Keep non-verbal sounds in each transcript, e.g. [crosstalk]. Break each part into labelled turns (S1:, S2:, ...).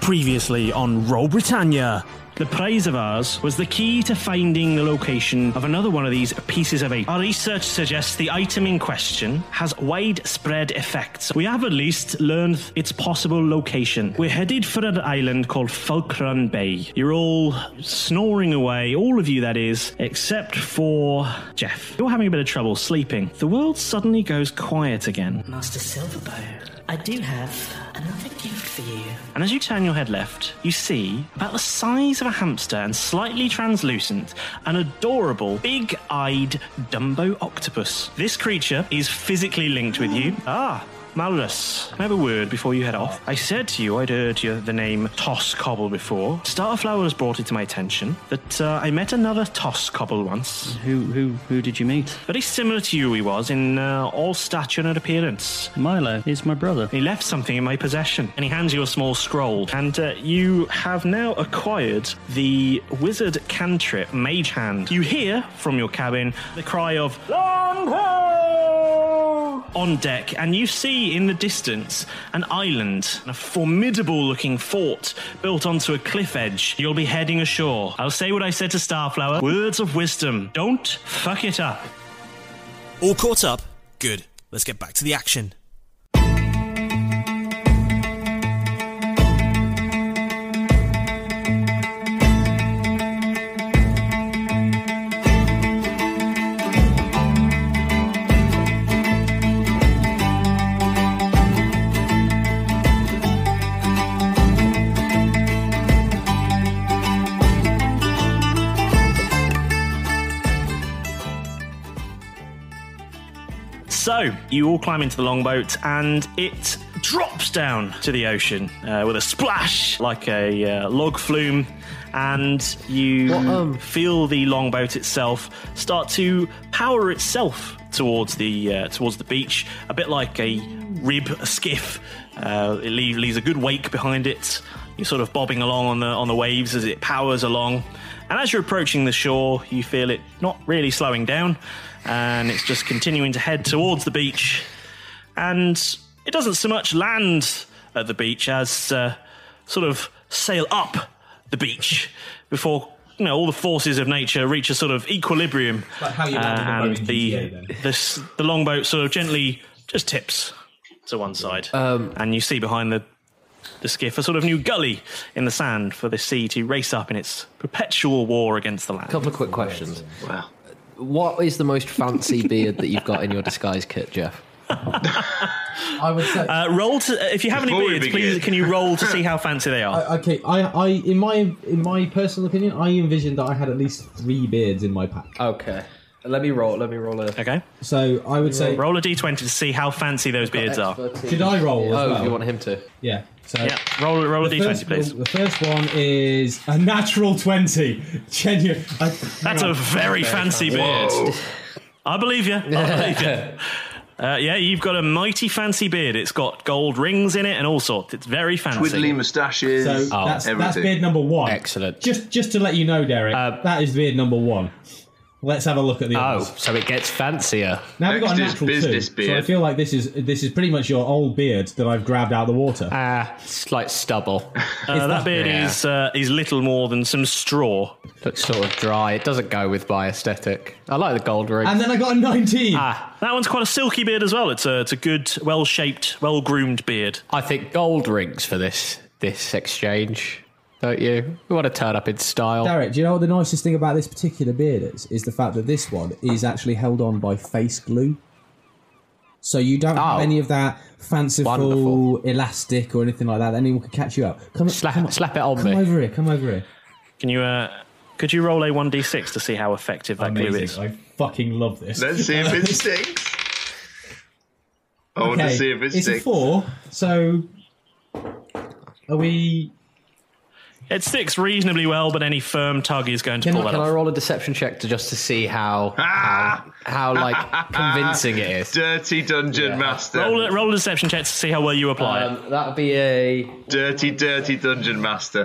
S1: Previously on Roll Britannia. The prize of ours was the key to finding the location of another one of these pieces of eight. Our research suggests the item in question has widespread effects. We have at least learned its possible location. We're headed for an island called Fulcran Bay. You're all snoring away, all of you that is, except for Jeff. You're having a bit of trouble sleeping. The world suddenly goes quiet again.
S2: Master Silverbow, I do have another gift for you.
S1: And as you turn your head left, you see, about the size of a hamster and slightly translucent, an adorable, big eyed Dumbo octopus. This creature is physically linked with
S2: Mm.
S1: you. Ah! Malrus, can I have a word before you head off? I said to you, I'd heard you, the name Toss Cobble before. Starflower has brought it to my attention that uh, I met another Toss Cobble once.
S2: Mm.
S3: Who, who, who did you meet?
S1: Very similar to you, he was in uh, all stature and appearance.
S3: Milo is my brother.
S1: He left something in my possession, and he hands you a small scroll. And uh, you have now acquired the wizard cantrip, Mage Hand. You hear from your cabin the cry of Long Ho! on deck, and you see in the distance an island, a formidable-looking fort built onto a cliff edge. You'll be heading ashore. I'll say what I said to Starflower: words of wisdom. Don't fuck it up.
S4: All caught up? Good. Let's get back to the action.
S1: So you all climb into the longboat, and it drops down to the ocean uh, with a splash, like a uh, log flume. And you feel the longboat itself start to power itself towards the uh, towards the beach, a bit like a rib, a skiff. Uh, it leaves, leaves a good wake behind it. You're sort of bobbing along on the on the waves as it powers along, and as you're approaching the shore, you feel it not really slowing down and it's just continuing to head towards the beach. And it doesn't so much land at the beach as uh, sort of sail up the beach before you know all the forces of nature reach a sort of equilibrium, Uh,
S5: Like how you land on a boat in
S1: and the
S5: GTA then.
S1: the, s- the longboat sort of gently just tips to one side, and you see behind the the skiff a sort of new gully in the sand for the sea to race up in its perpetual war against the land.
S6: couple of quick questions.
S7: Wow.
S6: What is the most
S8: [laughs]
S6: fancy beard that you've got in your disguise kit, Jeff?
S5: I would say.
S1: Uh, roll to uh, if you have any
S9: Before we
S1: beards, please
S9: begin.
S1: can you roll to see how fancy they
S5: [laughs]
S1: are?
S5: okay, I, I, in my, in my personal opinion, I envisioned that I had at least three beards in my pack.
S6: Okay. Let me roll. Let me roll a.
S1: Okay,
S5: So I would say,
S1: roll a d20 to see how fancy those beards are.
S6: Expertise.
S5: Should I roll as
S6: Oh,
S5: well?
S6: you want him to?
S5: yeah. So
S1: Yeah, roll roll a
S5: the
S1: d20,
S5: first
S1: please.
S5: one- the first one is a natural twenty. [laughs] Genuine. I, [laughs]
S1: That's a very fancy beard. I believe you. I believe you. Uh, yeah, you've got a mighty fancy beard. It's got gold rings in it and all sorts. It's very fancy.
S9: Twiddly moustaches.
S5: So that's, that's beard number one. Excellent. Just just to let you know, Derek, that is beard number one. Let's have a look at the
S6: Oh,
S5: others.
S6: so it gets fancier.
S5: Now we've got a natural two, so I feel like this is this is pretty much your old beard that I've grabbed out of the water.
S6: Ah, it's like stubble.
S1: Uh, that beard is uh, is little more than some straw.
S6: Looks sort of dry. It doesn't go with my aesthetic. I like the gold ring.
S5: And then I got a 19.
S1: Ah, that one's quite a silky beard as well. It's a it's a good, well shaped, well groomed beard.
S6: I think gold rings for this this exchange, don't you? We want to turn up in style.
S5: Derek, do you know what the nicest thing about this particular beard is? Is the fact that this one is actually held on by face glue. So you don't have any of that fanciful elastic or anything like that. Anyone could catch you up. Come slap,
S6: slap it on
S5: come Come over here. Come over here.
S1: Can you uh, could you roll a one d six to see how effective that glue is?
S5: Amazing. I fucking love this.
S9: Let's see if it sticks. I want to see if it
S5: it's a
S9: sticks.
S5: four. So are we?
S1: It sticks reasonably well, but any firm tug is going to
S6: Can,
S1: pull
S6: I, Ah!
S1: that
S6: can I
S1: off.
S6: roll a deception check to just to see how how, how like convincing it [laughs] is?
S9: Dirty dungeon master.
S1: Roll a, roll a deception check to see how well you apply
S8: Uh,
S6: it. That would Um, be a
S9: dirty, dirty dungeon master.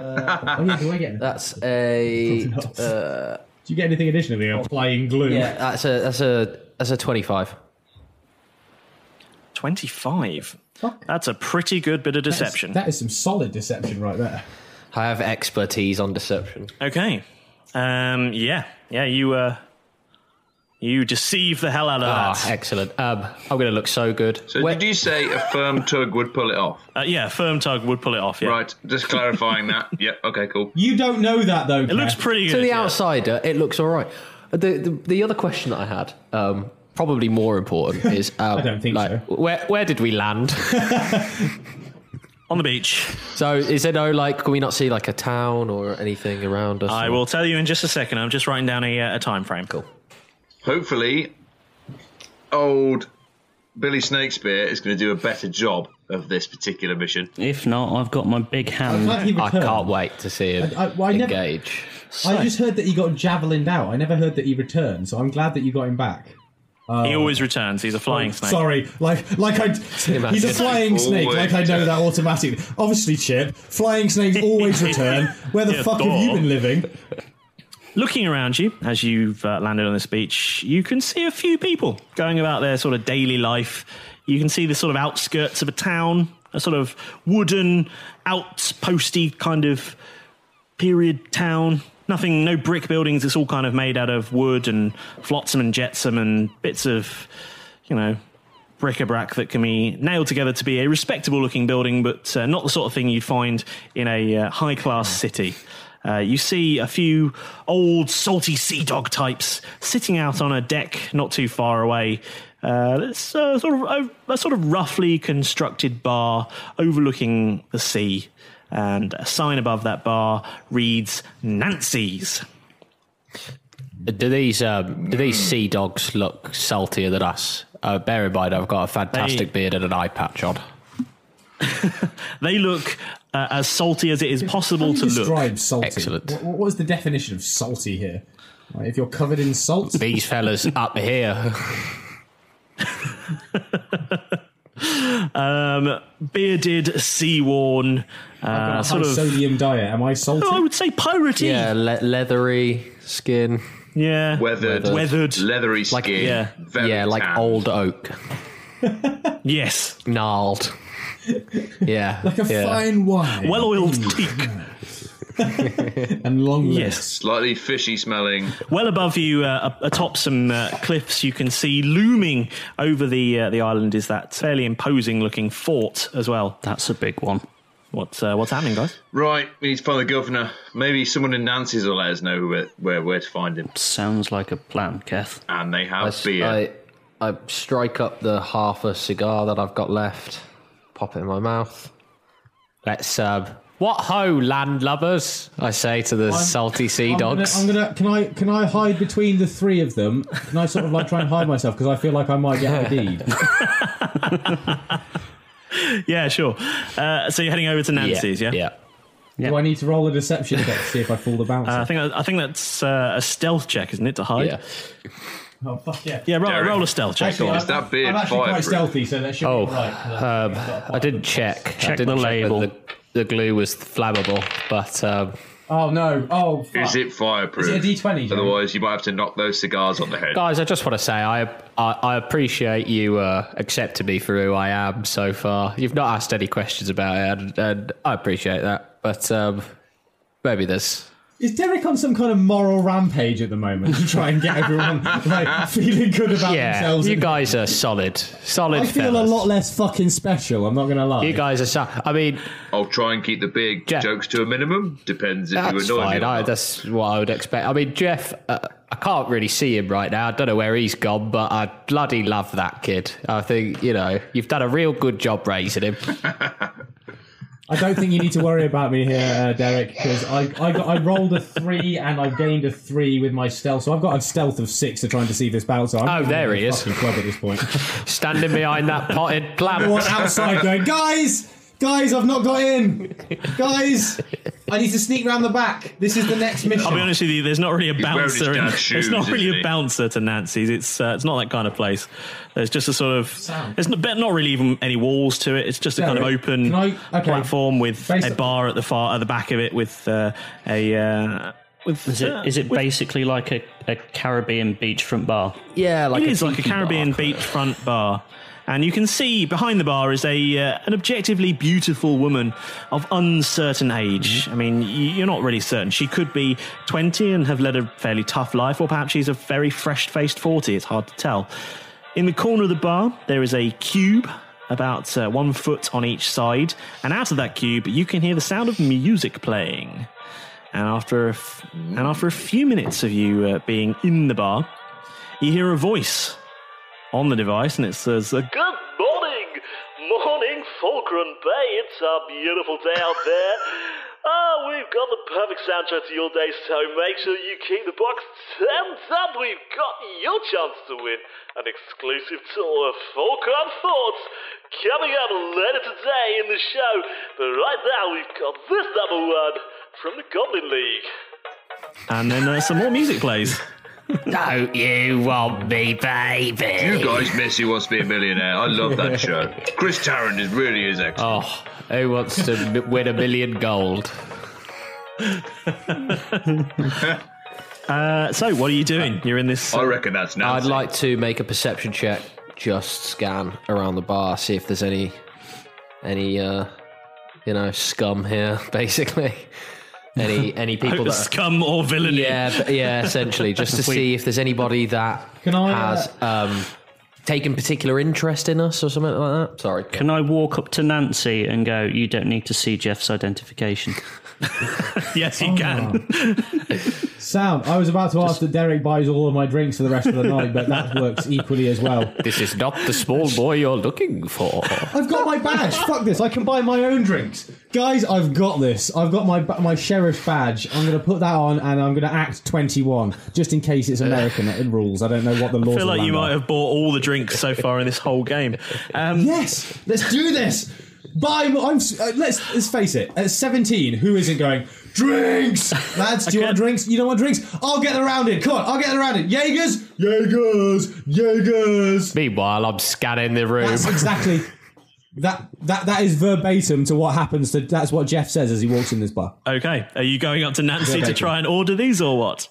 S6: That's a.
S5: [laughs]
S6: Uh,
S5: Do you get anything additionally? Applying glue.
S6: Yeah,
S8: uh,
S6: that's a that's a that's a twenty-five.
S1: Twenty-five. That's a pretty good bit of deception.
S5: That is some solid deception right there.
S6: I have expertise on deception.
S1: Okay. Um. Yeah. Yeah. You. Uh, you deceive the hell out of that.
S6: Excellent. Um. I'm going to look so good.
S9: So did you say a firm tug would pull it off?
S1: Uh, yeah, firm tug would pull it off. Yeah.
S9: Right. Just clarifying that. Yep. Okay. Cool.
S5: You don't know that though.
S9: It looks pretty
S6: To
S9: good,
S6: the
S9: yeah.
S6: outsider, it looks all right. The the, the other question that I had, um, probably more [laughs] important, is um, I don't think like, so. Where where did we [laughs] land?
S1: On the beach.
S6: So is there no like? Can we not see like a town or anything around us?
S1: I will tell you in just a second. I'm just writing down a, uh, a time frame. Cool.
S9: Hopefully, old Billy Snakespear is going to do a better job of this particular mission.
S3: If not, I've got my big hand.
S5: glad he I returned. can't
S6: wait to see
S5: him I- I- well, I never-
S6: engage.
S5: I just heard that he got javelined out. I never heard that he returned, so I'm glad that you got him back.
S1: he always returns. He's a flying snake.
S5: Sorry, like like I, he's a flying snake. Like I know that automatically. Obviously, Chip, flying snakes
S1: [laughs]
S5: always return. Where the
S1: Yeah,
S5: fuck have
S1: duh.
S5: you been living?
S1: Looking around you as you've uh, landed on this beach, you can see a few people going about their sort of daily life. You can see the sort of outskirts of a town, a sort of wooden, outposty kind of period town. Nothing, no brick buildings. It's all kind of made out of wood and flotsam and jetsam and bits of, you know, bric-a-brac that can be nailed together to be a respectable-looking building, but uh, not the sort of thing you'd find in a uh, high-class city. Uh, you see a few old salty sea dog types sitting out on a deck not too far away. Uh, it's uh, sort of a, a sort of roughly constructed bar overlooking the sea, and a sign above that bar reads "Nancy's."
S6: Do these um, do these sea dogs look saltier than us? Uh, bear in mind, I've got a fantastic beard and an eye patch on.
S1: They look uh, as salty as it is possible
S5: How
S1: to
S5: do you
S1: look.
S5: describe salty? What, what was the definition of salty here? Like, if you're covered in salt,
S6: these fellas up here.
S1: um, bearded, sea worn,
S5: on
S1: uh,
S5: a
S1: sort
S5: high
S1: of
S5: sodium diet. Am I
S1: [laughs]
S5: salty?
S1: I would say piratey.
S6: Yeah, le- leathery skin.
S1: Yeah,
S9: Weathered,
S6: Weathered.
S9: leathery skin.
S6: Like yeah,
S9: Very
S6: yeah, like
S9: tanned.
S6: old oak.
S1: yes, [laughs]
S6: gnarled. Yeah,
S5: like a
S6: yeah.
S5: fine wine,
S1: well-oiled teak,
S5: and long legs.
S9: Slightly fishy smelling.
S1: Well above you, uh, up- atop some uh, cliffs, you can see looming over the uh, the island is that fairly imposing looking fort as well.
S3: That's a big one.
S1: What's uh, what's happening, guys?
S9: Right, we need to find the governor. Maybe someone in Nancy's will let us know where where, where to find him.
S3: Sounds like a plan, Keth.
S9: And they have beer.
S6: I, I strike up the half a cigar that I've got left, pop it in my mouth. Let's um, what ho, landlubbers! I say to the
S5: I'm-
S6: salty sea
S5: I'm gonna-
S6: dogs.
S5: I'm gonna, Can I? Can I hide between the three of them? Can I sort of like try and hide myself because I feel like I might
S1: [laughs]
S5: get ID'd?
S1: Yeah, sure. Uh, so you're heading over to Nancy's, yeah? Yeah.
S5: Do I need to roll a deception check to see if I fool the bouncer?
S1: Uh, I think I think that's uh, a stealth check, isn't it, to hide?
S10: Oh fuck yeah!
S1: Yeah, roll- roll a stealth check,
S10: Actually,
S1: go on.
S10: I'm,
S1: Is that beard
S10: I'm actually
S1: fire
S10: quite
S1: proof?
S10: stealthy, so that should
S6: Oh,
S10: be all
S5: Uh,
S10: right. 'cause I-
S6: um, I didn't check.
S10: Check
S6: I didn't
S10: the
S6: check
S10: label.
S6: whether the, the glue was flammable, but um,
S10: oh no! Oh, fuck.
S9: Is it fireproof?
S10: Is it a D20, Jerry?
S9: Otherwise, you might have to knock those cigars on the head.
S6: guys, I just want to say I, I I appreciate you uh, accepting me for who I am so far. You've not asked any questions about it, and, and I appreciate that. But um, maybe there's
S10: Is Derek on some kind of moral rampage at the moment to try and get everyone like feeling good about
S6: yeah,
S10: themselves?
S6: You
S10: and-
S6: guys are solid, solid.
S5: I feel a
S6: fellas.
S5: lot less fucking special. I'm not gonna lie.
S6: You guys are. So- I mean,
S9: I'll try and keep the big jokes to a minimum. Depends if
S6: That's
S9: you annoy me.
S6: fine.
S9: or
S6: I,
S9: not.
S6: that's what I would expect. I mean, Jeff, uh, I can't really see him right now. I don't know where he's gone, but I bloody love that kid. I think you know you've done a real good job raising [laughs] him.
S5: I don't think you need to worry about me here, uh, Derek, because I I, got, I rolled a three and I've gained a three with my stealth, so I've got a stealth of six to try and deceive this bouncer. I'm
S6: Oh, there he
S5: a
S6: is.
S5: fucking Club at this point.
S6: Standing behind that potted plant.
S5: Everyone outside going, guys, guys, I've not got in, guys. I need to sneak round the back. This is the next mission.
S1: I'll be honest with you. There's not really a
S5: He's wearing his
S1: bouncer. In,
S5: dad's shoes,
S1: [laughs] there's not
S5: isn't
S1: really
S5: he?
S1: a bouncer to Nancy's. It's uh, it's not that kind of place. There's just a sort of. There's not, not really even any walls to it. It's just a kind of
S5: Derek,
S1: open platform with a bar at the far at the back of it with uh, a. Uh, with
S3: Is it is it
S1: with-
S3: basically like a, a Caribbean beachfront bar?
S6: Yeah,
S1: it is like a Caribbean beachfront bar. And you can see behind the bar is a uh, an objectively beautiful woman of uncertain age. I mean, y- you're not really certain. She could be 20 and have led a fairly tough life, or perhaps she's a very fresh faced 40. It's hard to tell. In the corner of the bar, there is a cube about uh, one foot on each side. And out of that cube, you can hear the sound of music playing. And after a f- and after a few minutes of you uh, being in the bar, you hear a voice on the device, and it says, uh,
S8: Good morning, morning, Falkland Bay. It's a beautiful day out there. Oh, we've got the perfect soundtrack to your day, so make sure you keep the box turned up. We've got your chance to win an exclusive tour of Falkland Thoughts coming up later today in the show. But right now, we've got this number one from the Goblin League.
S1: and then uh, some more music plays.
S11: Don't you want me, baby?
S9: You guys miss Who Wants to Be a Millionaire. I
S6: [laughs]
S9: love that show. Chris Tarrant is really is excellent.
S6: Oh, who wants to m- win a million gold?
S1: Uh, so, what are you doing? You're in this.
S9: I reckon that's now.
S6: Oh. I'd like to make a perception check. Just scan around the bar, see if there's any, any, uh, you know, scum here. [laughs] Basically, any [laughs] any people that are-
S1: [laughs] scum or villainy.
S6: Yeah, b- yeah,
S1: [laughs]
S6: essentially, just to [laughs]
S1: Sweet.
S6: see if there's anybody that
S1: Can I, uh,
S6: has um, taken particular interest in us or something like that. Sorry.
S3: Can I walk up to Nancy and go? You don't need to see Jeff's
S5: [laughs]
S3: identification.
S1: yes,
S5: Oh.
S1: you can.
S5: Sound. I was about to ask that Derek buys all of my drinks for the rest of the night, but
S1: [laughs]
S5: that works equally as well.
S6: This is not the small boy you're looking for.
S5: I've got my badge. Fuck this. I can buy my own drinks. Guys, I've got this. I've got my ba- my sheriff's badge. I'm going to put that on and I'm going to act 21 just in case it's American it rules. I don't know what the
S1: I
S5: laws
S1: feel
S5: of the
S1: like you
S5: land
S1: might
S5: are.
S1: have bought all the drinks so far in this whole game. Um,
S5: yes, let's do this. Buy more. I'm, s- uh, let's let's face it. At 17, who isn't going drinks? Lads, do you want drinks? You don't want drinks? I'll get them rounded. Come on, I'll get them rounded. Jaegers, Jaegers, Jaegers.
S6: Meanwhile, I'm scanning the room.
S5: That's exactly that that that is verbatim to what happens to. That's what Jeff says as he walks in this bar.
S1: Okay, are you going up to Nancy
S5: Yeah,
S1: to
S5: thank
S1: try and order these or what?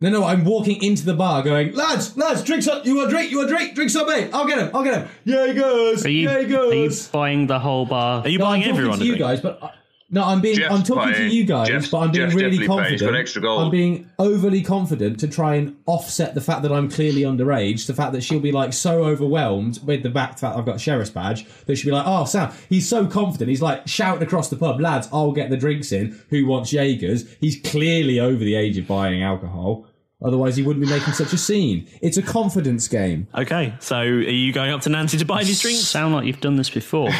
S5: No, no, I'm walking into the bar going, lads, lads, drinks up. You want a drink? You want a drink? Drinks up, mate. I'll get him. I'll get him. Jaegers,
S3: Are you,
S5: Jaegers.
S3: are you buying the whole bar?
S1: Are you
S5: Uh, No, I'm talking to you guys, but I, no, I'm being I'm talking to
S9: paying.
S5: you guys,
S9: Jeff's-
S5: but I'm being
S9: Jeff's
S5: really
S9: definitely paying.
S5: confident.
S9: He's got extra gold.
S5: I'm being overly confident to try and offset the fact that I'm clearly underage. The fact that she'll be like so overwhelmed with the fact that I've got a sheriff's badge that she'll be like, "Oh, Sam, he's so confident. He's like shouting across the pub, lads, I'll get the drinks in. Who wants Jaegers? He's clearly over the age of buying alcohol." Otherwise, he wouldn't be making such a scene. It's a confidence game.
S1: Okay, so are you going up to Nancy to buy these drinks? Sound like you've done this before.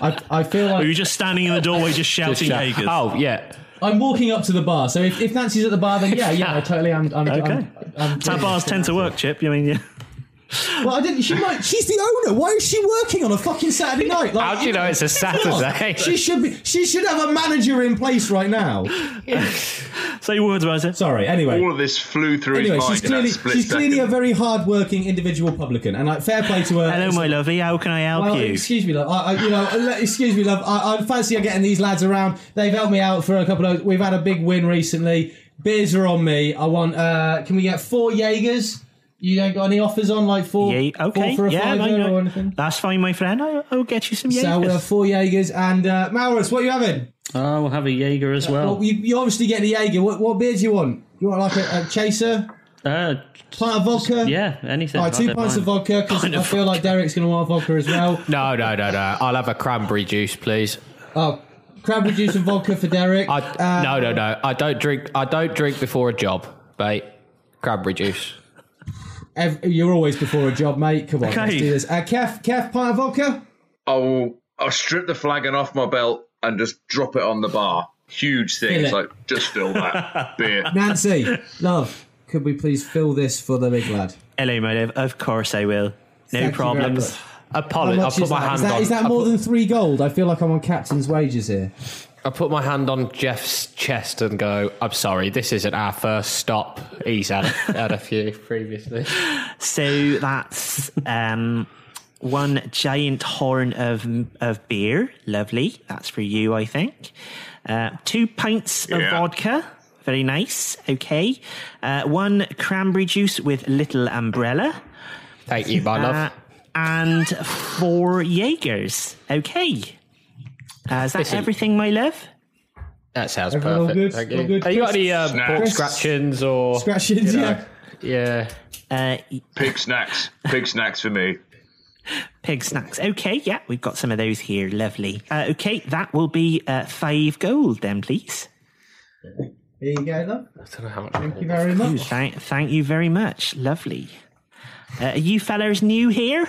S5: I, I feel like.
S1: [laughs] Are you just standing in the doorway, just shouting
S5: shout-
S1: Jaegers?
S5: Oh,
S6: yeah.
S5: I'm walking up to the bar, so if, if Nancy's at the bar, then yeah, yeah, I totally. I'm, I'm,
S1: Okay.
S5: I'm, I'm
S1: Tap bars tend to work, Chip. I mean, yeah. [laughs]
S12: Well, I didn't. She might. She's the owner. Why is she working on a fucking
S5: [laughs]
S12: Saturday night? Like,
S5: How do you know it's a Saturday?
S12: she should be. She should have a manager in place right now.
S1: Say words about it.
S12: Sorry. Anyway,
S9: all of this flew through
S12: anyway,
S9: his mind
S12: she's
S9: in
S12: clearly
S9: that split
S12: she's clearly
S9: second.
S12: a very hard-working individual publican, and like, fair play to her.
S1: Hello, my lovely. How can I help
S12: uh, Well,
S1: you?
S12: excuse me, love. I, I, you know, [laughs] le- excuse me, love. I, I fancy getting these lads around. They've helped me out for a couple of. We've had a big win recently. Beers are on me. I want. uh Can we get four Jaegers? You don't got any offers on like four?
S1: Ye- okay.
S12: four for a
S1: yeah,
S12: fiver
S1: I know.
S12: or anything.
S1: That's fine, my friend. I, I'll get you some
S12: So uh,
S1: Jaegers.
S12: four Jaegers and uh, Maurus. What are you having?
S7: Oh, we'll have a Jaeger as
S1: Oh.
S7: well.
S12: Well, you, you're obviously getting a Jaeger. What, what beer do you want? You want like a, a chaser?
S7: Uh,
S12: Pint of vodka?
S7: yeah, anything.
S12: All right,
S7: I
S12: two
S7: don't
S12: pints of
S7: mind.
S12: vodka because I
S7: Pint
S12: feel
S7: of
S12: like Derek's going to want vodka as well.
S5: No, no, no, no. I'll have a cranberry juice, please.
S12: Oh, cranberry juice and vodka for Derek. Uh,
S5: I, no, no, no. I don't drink. I don't drink before a job, mate. Cranberry juice.
S12: Ev- you're always before a job, mate. Come on,
S9: Okay.
S12: let's do this. Uh, Kef, Kef, pint of vodka.
S9: I'll I'll strip the flagon off my belt and just drop it on the bar. Huge
S12: Fill
S9: things
S12: it.
S9: like just fill that beer.
S12: Nancy,
S5: [laughs]
S12: love, could we please fill this for the big lad?
S1: Hello, my love. Of course I will. No
S12: Thank you very
S1: problems.
S12: How
S5: Apologies.
S12: much
S5: I'll put
S12: is
S5: my
S12: that?
S5: hand
S12: Is that,
S5: on.
S12: is that
S5: I'll
S12: more than three gold? I feel like I'm on captain's wages here.
S5: I put my hand on Jeff's chest and go, I'm sorry, this isn't our first stop. He's had, had a few previously.
S1: So that's um, one giant horn of of beer. Lovely. That's for you, I think. Uh, two pints of
S13: Yeah.
S1: vodka. Very nice. Okay. Uh, one cranberry juice with little umbrella. Uh,
S5: Thank you, my love.
S1: And four Jaegers. Okay. Uh, is that
S5: Listen.
S1: everything, my love?
S5: That sounds
S1: Everyone all
S5: perfect.
S1: good?
S5: Thank
S1: All
S5: you.
S1: good?
S5: Have you got any uh,
S1: Snacks.
S5: pork
S1: Crisps?
S5: scratchings or.
S12: Scratchings,
S5: you know,
S12: yeah.
S5: Yeah.
S1: Uh,
S9: Pig snacks. Pig snacks for me.
S1: Pig snacks. Okay, yeah, we've got some of those here. Lovely. Uh, okay, that will be uh, five gold then, please.
S12: There you go, love.
S5: Thank
S12: you very
S1: Ooh,
S12: much.
S1: thank, thank you very much. Lovely. Uh, are you fellas new here?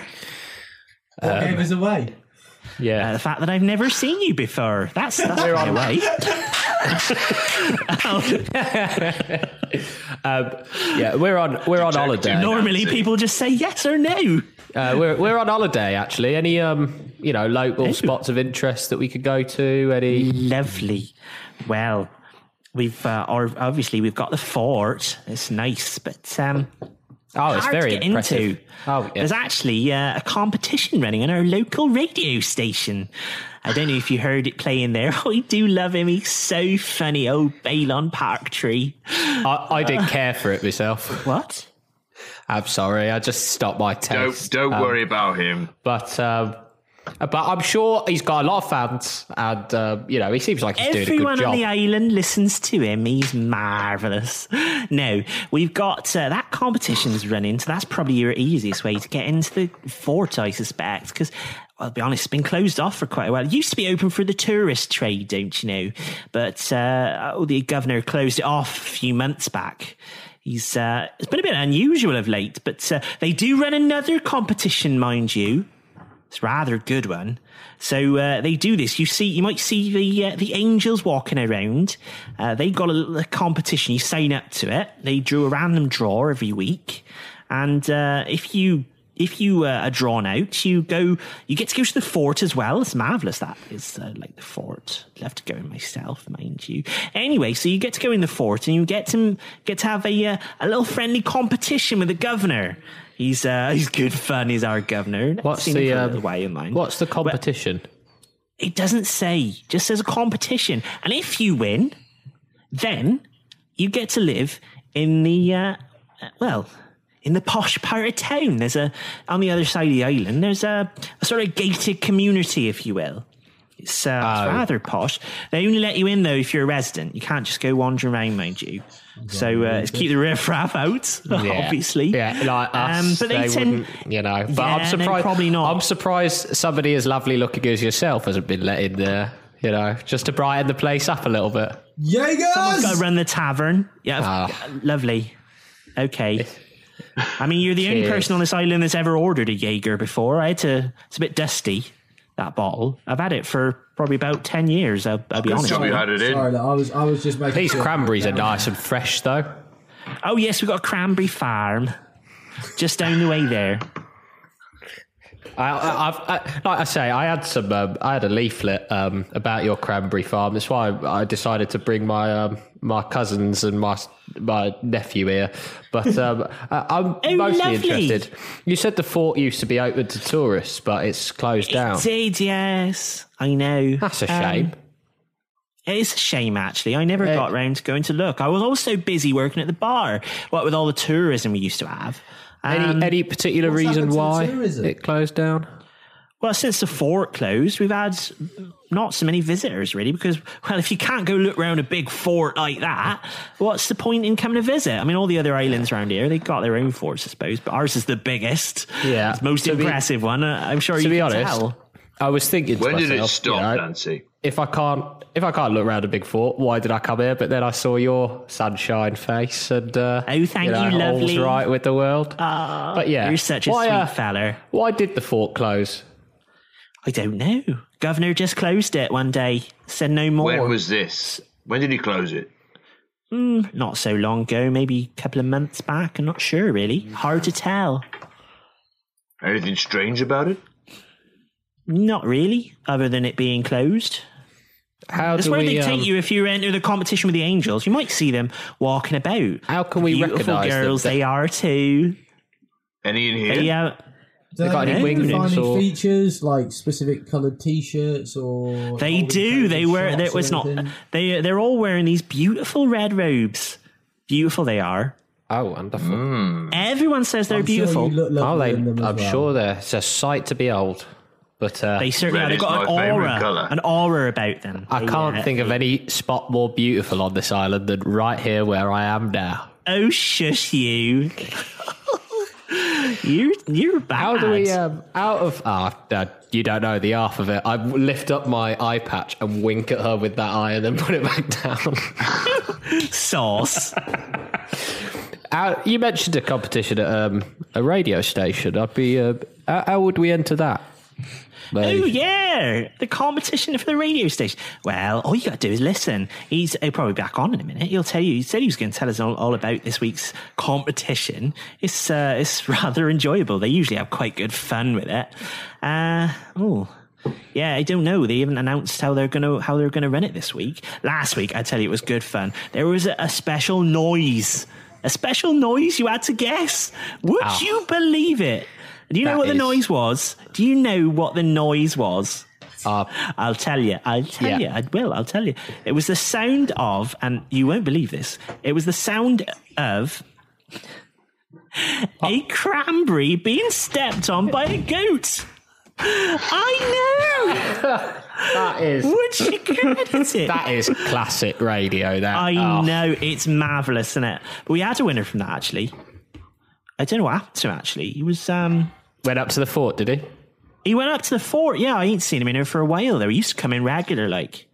S12: What gave us away?
S5: Yeah.
S1: Uh, the fact that I've never seen you before. That's, that's
S5: We're
S1: my
S5: on- [laughs]
S1: way.
S5: Um, yeah, we're on we're on uh, holiday.
S1: Normally people just say yes or no.
S5: Uh, we're we're on holiday actually. Any um you know local spots of interest that we could go to? Any
S1: lovely. Well, we've uh, or obviously we've got the fort. It's nice, but um,
S5: oh, it's very
S1: to get
S5: impressive.
S1: Into.
S5: Oh, yeah.
S1: There's actually uh, a competition running on our local radio station. I don't know if you heard it playing there. [laughs] I do love him. He's so funny. Oh, Balon Park Tree.
S5: I, I [laughs] didn't care for it myself.
S1: What?
S5: I'm sorry. I just stopped my
S9: Don't
S5: taste.
S9: don't
S5: Um,
S9: worry about him.
S5: But um, but I'm sure he's got a lot of fans, and um, you know he seems like he's
S1: Everyone
S5: doing a
S1: on
S5: good
S1: the
S5: job.
S1: island listens to him. He's marvelous. No, we've got uh, that competition's running, so that's probably your easiest way to get into the fort, I suspect. Because I'll be honest, it's been closed off for quite a while. It used to be open for the tourist trade, don't you know? But uh, oh, the governor closed it off a few months back. He's uh, it's been a bit unusual of late, but uh, they do run another competition, mind you. It's a rather good one. So uh, they do this. You see, you might see the uh, the angels walking around. Uh, they got a, little competition. You sign up to it. They drew a random draw every week, and uh, if you if you uh, are drawn out, you go. You get to go to the fort as well. It's marvelous. That is uh, like the fort. I'd love to go in myself, mind you. Anyway, so you get to go in the fort, and you get to get to have a uh, a little friendly competition with the governor. He's uh, he's good fun. He's our governor.
S5: What's
S1: Seen him
S5: the,
S1: for a
S5: um,
S1: little way in line.
S5: What's the competition?
S1: It doesn't say. Just says a competition. And if you win, then you get to live in the uh, uh, well, in the posh part of town. There's a on the other side of the island. There's a, a sort of gated community, if you will. It's, uh,
S5: Oh.
S1: it's rather posh. They only let you in though if you're a resident. You can't just go wandering around, mind you. So uh, it's keep the riffraff out, [laughs]
S5: Yeah.
S1: obviously.
S5: Yeah, like us,
S1: Um, but they, tend,
S5: wouldn't, you know. But
S1: Yeah,
S5: I'm
S1: no,
S5: surprised.
S1: probably not.
S5: I'm surprised somebody as lovely looking as yourself hasn't been let in there. You know, just to brighten the place up a little bit.
S1: Someone's got to run the tavern. Yeah,
S5: Ah.
S1: lovely. Okay. I mean, you're the only
S5: Cheers.
S1: person on this island that's ever ordered a Jaeger before. I had to. It's a bit dusty. That bottle. I've had it for probably about ten years. I'll, I'll be honest.
S12: Sorry, Sorry, look, I was, I was just making
S1: These
S12: sure.
S1: cranberries
S5: These are nice and fresh, though.
S1: Oh yes, we've got a cranberry farm. just down the way there.
S5: I, I, I've, I, like I say, I had some, um, I had a leaflet um, about your cranberry farm. That's why I, I decided to bring my um, my cousins and my my nephew here.
S1: [laughs]
S5: But um, I, I'm
S1: Oh,
S5: mostly
S1: lovely.
S5: interested. You said the fort used to be open to tourists, but it's closed [laughs] down.
S1: It did, yes. I know.
S5: That's a
S1: Um,
S5: shame.
S1: It is a shame, actually. I never
S5: Eh.
S1: got round to going to look. I was always so busy working at the bar, what with all the tourism we used to have. um,
S5: Any- any particular What's reason happened to the why tourism? it closed down?
S1: Well, since the fort closed, we've had not so many visitors, really, because, well, if you can't go look round a big fort like that, what's the point in coming to visit? I mean, all the other islands around here, they've got their own forts, I suppose, but ours is the biggest.
S5: Yeah.
S1: It's the most
S5: To be-
S1: impressive one. uh, I'm sure
S5: to
S1: you
S5: be
S1: can
S5: honest,
S1: tell.
S5: I was thinking. to
S9: When did it
S5: myself,
S9: stop,
S5: you know,
S9: Nancy?
S5: If I can't, if I can't look round a big fort, why did I come here? But then I saw your sunshine face, and uh, oh,
S1: thank
S5: know,
S1: you,
S5: all's
S1: lovely. Uh,
S5: right with the world. uh, but yeah,
S1: you're such a
S5: why,
S1: sweet
S5: uh,
S1: fella.
S5: Why did the fort close?
S1: I don't know. Governor just closed it one day. Said no more.
S9: When was this? When did he close it?
S1: Mm, not so long ago, maybe a couple of months back. I'm not sure, really. Hard to tell.
S9: Anything strange about it?
S1: Not really, other than it being closed.
S5: How
S1: That's
S5: do
S1: where
S5: we,
S1: they
S5: um,
S1: take you if you enter the competition with the angels. You might see them walking about.
S5: How can we
S1: Beautiful
S5: recognise them?
S1: girls they are too.
S9: Any in
S1: They, uh,
S14: Do have defining features like specific coloured T-shirts or?
S1: They do. They wear. There was not. They they're all wearing these beautiful red robes. Beautiful they are.
S5: Oh, wonderful!
S1: Everyone says they're
S5: I'm sure you
S1: beautiful.
S5: look lovely Are they? in
S1: I'm
S5: them as well. sure they're. It's a sight to behold. But uh,
S1: they certainly are. They've got an aura, an aura about them.
S5: I
S1: They,
S5: can't
S1: uh,
S5: think of any spot more beautiful on this island than right here where I am now.
S1: Oh, shush you. [laughs] you you're bad.
S5: How do we um, out of ah? uh, you don't know the half of it. I lift up my eye patch and wink at her with that eye, and then [laughs] put it back down.
S1: Sauce.
S5: How- you mentioned a competition at um, a radio station. I'd be. Uh, how, how would we enter that?
S1: Oh
S5: Maybe.
S1: yeah, the competition for the radio station. Well, all you got to do is listen. He's he'll probably back on in a minute. He'll tell you. He said he was going to tell us all, all about this week's competition. It's uh, it's [laughs] rather enjoyable. They usually have quite good fun with it. Uh, oh, yeah, I don't know. They haven't announced how they're gonna how they're gonna run it this week. Last week, I tell you, it was good fun. There was a, a special noise, a special noise you had to guess. Would
S5: Ah.
S1: you believe it? Do you know
S5: That
S1: what the
S5: is-
S1: noise was? Do you know what the noise was? I'll tell you. I'll
S5: Yeah.
S1: tell you. I will. I'll tell you. It was the sound of, and you won't believe this. It was the sound of
S5: Oh.
S1: a cranberry being stepped on by a goat. I know.
S5: that is. [laughs]
S1: Would you credit it?
S5: That is classic radio. That
S1: I
S5: Oh.
S1: know it's marvelous, isn't it? But we had a winner from that actually. I don't know what happened to him actually. He was um
S5: went up to the fort, did he?
S1: He went up to the fort. Yeah, I ain't seen him in here for a while though. He used to come in regular like.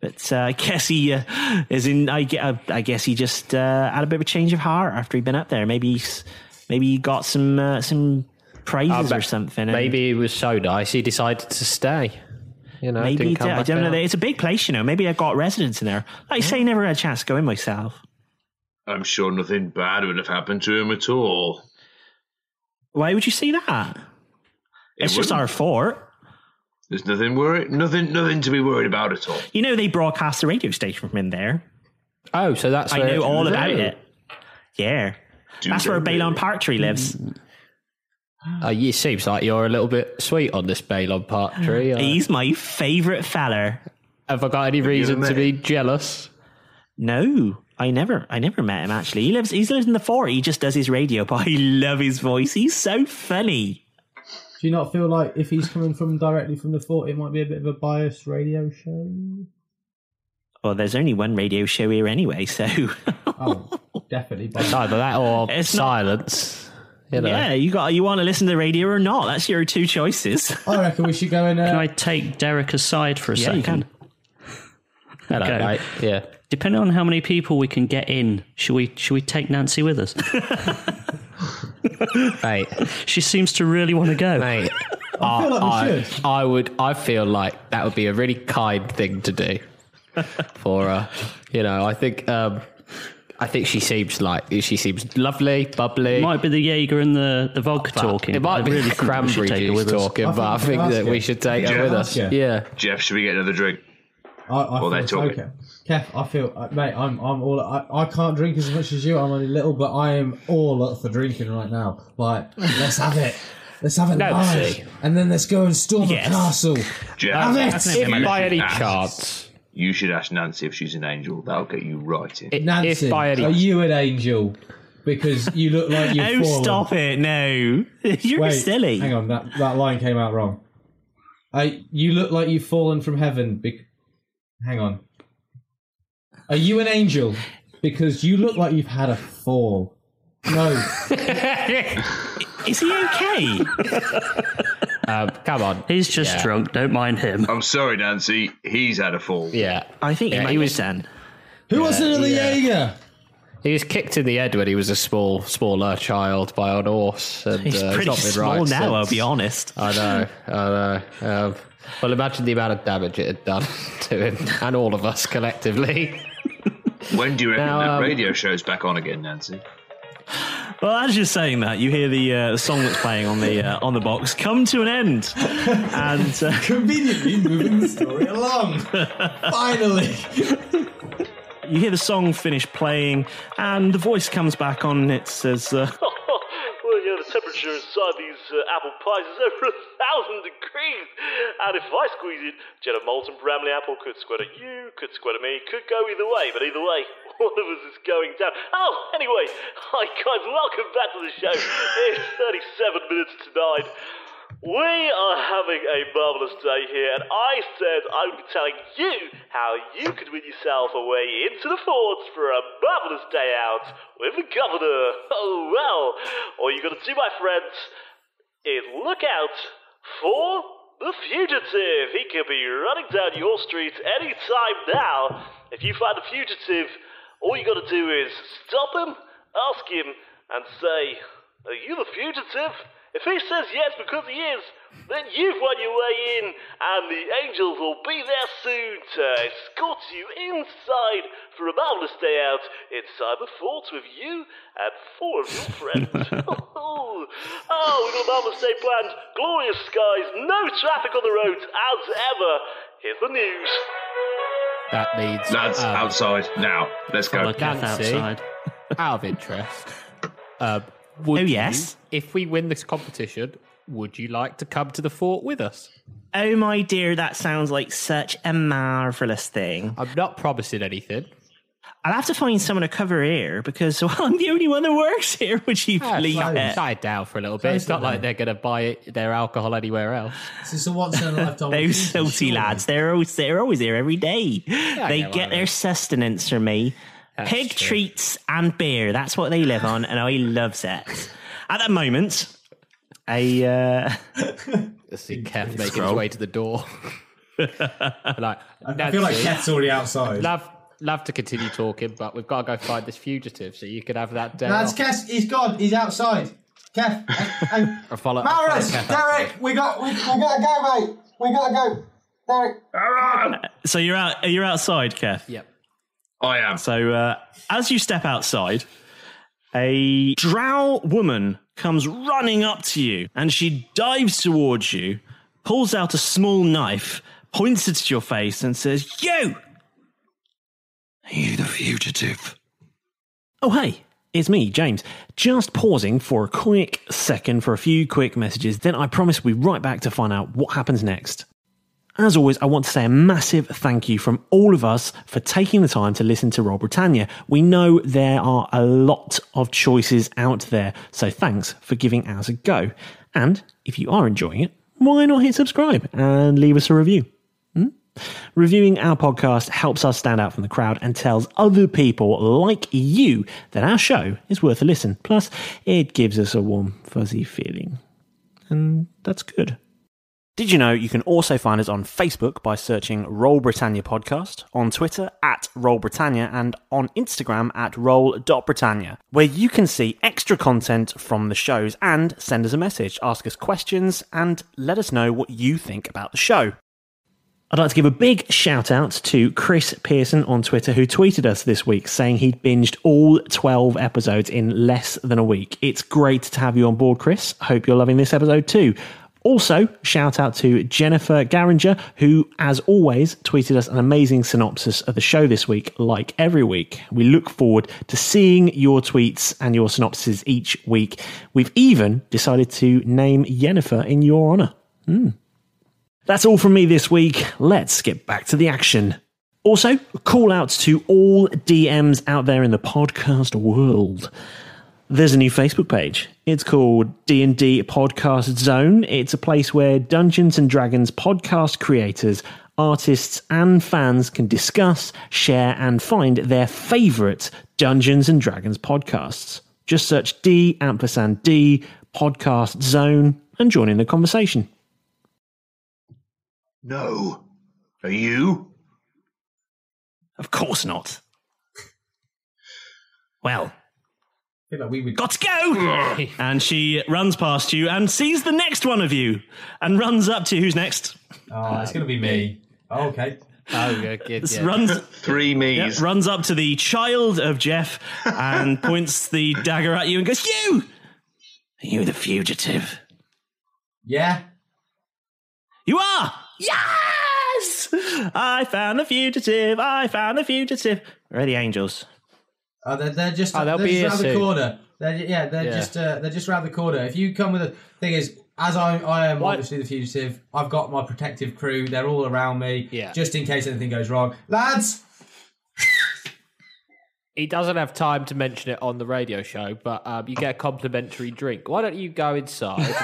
S1: But uh, [laughs] I guess he uh, is in. I, ge- uh, I guess he just uh, had a bit of a change of heart after he'd been up there. Maybe he's, maybe he got some uh, some
S5: I
S1: prizes
S5: bet-
S1: or something. and-
S5: Maybe he was so nice he decided to stay. You know,
S1: maybe
S5: didn't
S1: he
S5: come
S1: did. I
S5: back Hmm.
S1: don't know.
S5: out.
S1: It's a big place, you know. Maybe I got residents in there. Like I say, never had a chance to go in myself.
S9: I'm sure nothing bad would have happened to him at all.
S1: Why would you say that?
S9: It
S1: it's just
S9: wouldn't.
S1: our fort.
S9: There's nothing worry, nothing, nothing to be worried about at all.
S1: You know, they broadcast the radio station from in there.
S5: Oh, so that's
S1: I
S5: where-
S1: know all
S5: Really?
S1: about it. Yeah.
S5: Do
S1: That's where
S5: they
S1: Balon Partry lives.
S5: Uh, it seems like you're a little bit sweet on this Balon part tree.
S1: He's my favourite feller.
S5: Have I got any reason to be jealous?
S1: No, I never, I never met him. Actually, he lives, he's lives in the fort. He just does his radio, but I love his voice. He's so funny.
S14: Do you not feel like if he's coming from directly from the fort, it might be a bit of a biased radio show?
S1: Well, there's only one radio show here anyway, so [laughs]
S14: Definitely.
S5: It's either that or silence. you know.
S1: yeah, you got you want to listen to the radio or not? That's your two
S15: [laughs]
S1: choices.
S14: I reckon we should go in.
S1: Can
S14: Uh,
S1: I take Derek aside for
S14: a
S1: yeah, You
S14: second?
S1: can.
S5: Hello,
S1: Okay.
S5: mate. Yeah.
S1: Depending on
S15: How many people we can get in? Should we? Should we take Nancy with us? [laughs]
S5: Mate,
S15: she seems to really want to go.
S5: Mate,
S15: I feel like we
S5: I,
S15: should.
S5: I would. I feel like that would be a really kind thing to do for, uh, you know. I think um, I think she seems like she seems lovely, bubbly.
S3: Might be the Jaeger and the, the vodka talking.
S5: It might
S3: I
S5: be
S3: really
S5: really
S3: think we should
S5: cranberry
S3: take her
S5: juice
S3: with us.
S5: talking, but I think that we should take
S9: Jeff?
S5: her with us. Yeah.
S9: Jeff, should we get another drink?
S8: I, I
S9: Well, they're
S8: feel
S9: talking.
S8: okay. Kev, I feel, uh, mate, I'm, I'm all, I, I can't drink as much as you. I'm only little, but I am all up for drinking right now. Like, let's have it. Let's have it
S5: No,
S8: live.
S5: see.
S8: And then let's go and storm
S5: Yes.
S8: a castle. have it.
S5: If by any chance,
S9: You should ask Nancy if she's an angel. That'll get you right in.
S8: Nancy, are you an angel? Because you look like you're
S9: Oh,
S8: fallen.
S9: stop
S1: it! No, [laughs] you're
S8: Wait,
S1: silly.
S8: Hang on, that, that line came out wrong. I, you look like you've fallen from heaven. Be- hang on. Are you an angel? Because you look like you've had a fall. No.
S1: Is he okay?
S5: um, come on.
S3: He's just
S9: Yeah.
S3: drunk. Don't mind him.
S1: Oh,
S9: I'm sorry, Nancy. He's had a fall.
S5: Yeah.
S1: [laughs] I think
S5: Yeah, he was
S1: ten.
S8: Who was it in the
S5: Jaeger?
S8: Jaeger?
S5: He was kicked in the head when he was a small, smaller child by an horse. And,
S1: He's
S5: uh, it's
S1: pretty
S5: not been
S1: small
S5: right
S1: now, I'll
S5: since.
S1: be honest.
S5: I know, I know. Um, well, imagine the amount of damage it had done [laughs] to him and all of us collectively.
S9: When do you reckon
S5: Now,
S9: that
S5: um,
S9: radio show's back on again, Nancy?
S1: Well, as you're saying that, you hear the uh, song that's playing on the uh, on the box come to an end, and uh,
S8: [laughs] conveniently moving the story along. Finally,
S1: you hear the song finish playing, and the voice comes back on. and It says, uh,
S16: [laughs] well, you know, the temperature inside these uh, apple pies is over a thousand degrees. And if I squeeze it, jet of molten bramley apple could squirt at you, could squirt at me, could go either way. But either way, [laughs] one of us is going down. Oh, anyway, [laughs] hi guys, welcome back to the show. [laughs] It's 37 minutes to nine. We are having a marvelous day here, and I said I would be telling you how you could win yourself a way into the forts for a marvelous day out with the governor. [laughs] Oh well, all you gotta do, my friends, is look out for the fugitive. He could be running down your street any time now. If you find a fugitive, all you gotta do is stop him, ask him, and say, Are you the fugitive? If he says yes because he is, then you've won your way in, and the angels will be there soon to escort you inside for a marvelous day out inside the fort with you and four of your friends. [laughs] Oh, oh, we've got a marvelous day planned. Glorious skies, no traffic on the roads as ever. Here's the news.
S5: That needs.
S9: Lads,
S17: Uh,
S5: um,
S9: outside now. Let's go.
S5: Nancy, out of interest. Um, would
S1: Oh, yes?
S5: you, if we win this competition, would you like to come to the fort with us?
S1: "Oh my dear, that sounds like such a marvelous thing."
S5: I'm not promising anything.
S1: I'll have to find someone to cover here because [laughs] well, I'm the only one that works here. [laughs] Would you
S8: Ah,
S5: Yeah,
S1: believe
S5: slow-
S1: it?
S5: slow it down for a little bit. It's not like they're going to buy it, their alcohol anywhere else.
S8: This is a once in a lifetime.
S1: Those salty lads, they're always, they're always there every day.
S5: I
S1: they
S5: know what I
S1: get their sustenance from me. Pig
S5: true.
S1: treats and beer. That's what they live on, and I loves it. At the moment, I uh,
S5: Let's see Kev making his way to the door. [laughs] like,
S8: I feel like
S5: Nancy,
S8: Kev's already outside.
S5: Love, love to continue talking, but we've got to go find this fugitive so you can have that day.
S8: Lads,
S5: off.
S8: Kev, he's gone. He's outside. Kev, and, and
S5: I follow, I follow
S8: Maris,
S5: Kev
S8: Derek, we got, we, we gotta go, mate. We gotta go. Derek,
S1: so you're out, you're outside, Kev.
S5: Yep.
S9: I am.
S1: So uh, as you step outside, a drow woman comes running up to you and she dives towards you, pulls out a small knife, points it at your face, and says, You! Are you the fugitive? Oh, hey, it's me, James. Just pausing for a quick second for a few quick messages, then I promise we'll be right back to find out what happens next. As always, I want to say a massive thank you from all of us for taking the time to listen to Royal Britannia. We know there are a lot of choices out there, so thanks for giving ours a go. And if you are enjoying it, why not hit subscribe and leave us a review? Hmm? Reviewing our podcast helps us stand out from the crowd and tells other people like you that our show is worth a listen. Plus, it gives us a warm, fuzzy feeling. And that's good. Did you know you can also find us on Facebook by searching Roll Britannia Podcast, on Twitter at Roll Britannia, and on Instagram at Roll.Britannia, where you can see extra content from the shows and send us a message, ask us questions, and let us know what you think about the show. I'd like to give a big shout out to Chris Pearson on Twitter, who tweeted us this week saying he'd binged all 12 episodes in less than a week. It's great to have you on board, Chris. Hope you're loving this episode too. Also, shout out to Jennifer Garringer, who, as always, tweeted us an amazing synopsis of the show this week, like every week. We look forward to seeing your tweets and your synopses each week. We've even decided to name Jennifer in your honor. Hmm. That's all from me this week. Let's get back to the action. Also, call out to all DMs out there in the podcast world. There's a new Facebook page. It's called D&D Podcast Zone. It's a place where Dungeons and Dragons podcast creators, artists and fans can discuss, share and find their favorite Dungeons and Dragons podcasts. Just search D ampersand D Podcast Zone and join in the conversation.
S9: No. Are you?
S1: Of course not. Well, got to go! and she runs past you and sees the next one of you and runs up to who's next.
S17: Oh, it's going to be me. Oh, okay.
S5: Oh, yeah, good.
S1: S- Runs
S9: three me's.
S1: runs up to the child of Jeff and points the dagger at you and goes, "You, you the fugitive.
S17: Yeah.
S1: You are. Yes! I found the fugitive. I found the fugitive. Where are the angels?
S17: Oh, they're, they're just,
S1: Oh,
S17: they're
S1: they'll
S17: just
S1: be here
S17: around the
S1: soon.
S17: corner. They're, ju- yeah, they're
S1: Yeah.
S17: just uh, they're just around the corner. If you come with a thing is, as I, I am obviously the fugitive, I've got my protective crew. They're all around me,
S5: Yeah.
S17: just in case anything goes wrong, lads.
S5: He doesn't have time to mention it on the radio show, but um, you get a complimentary drink. Why don't you go inside [laughs] and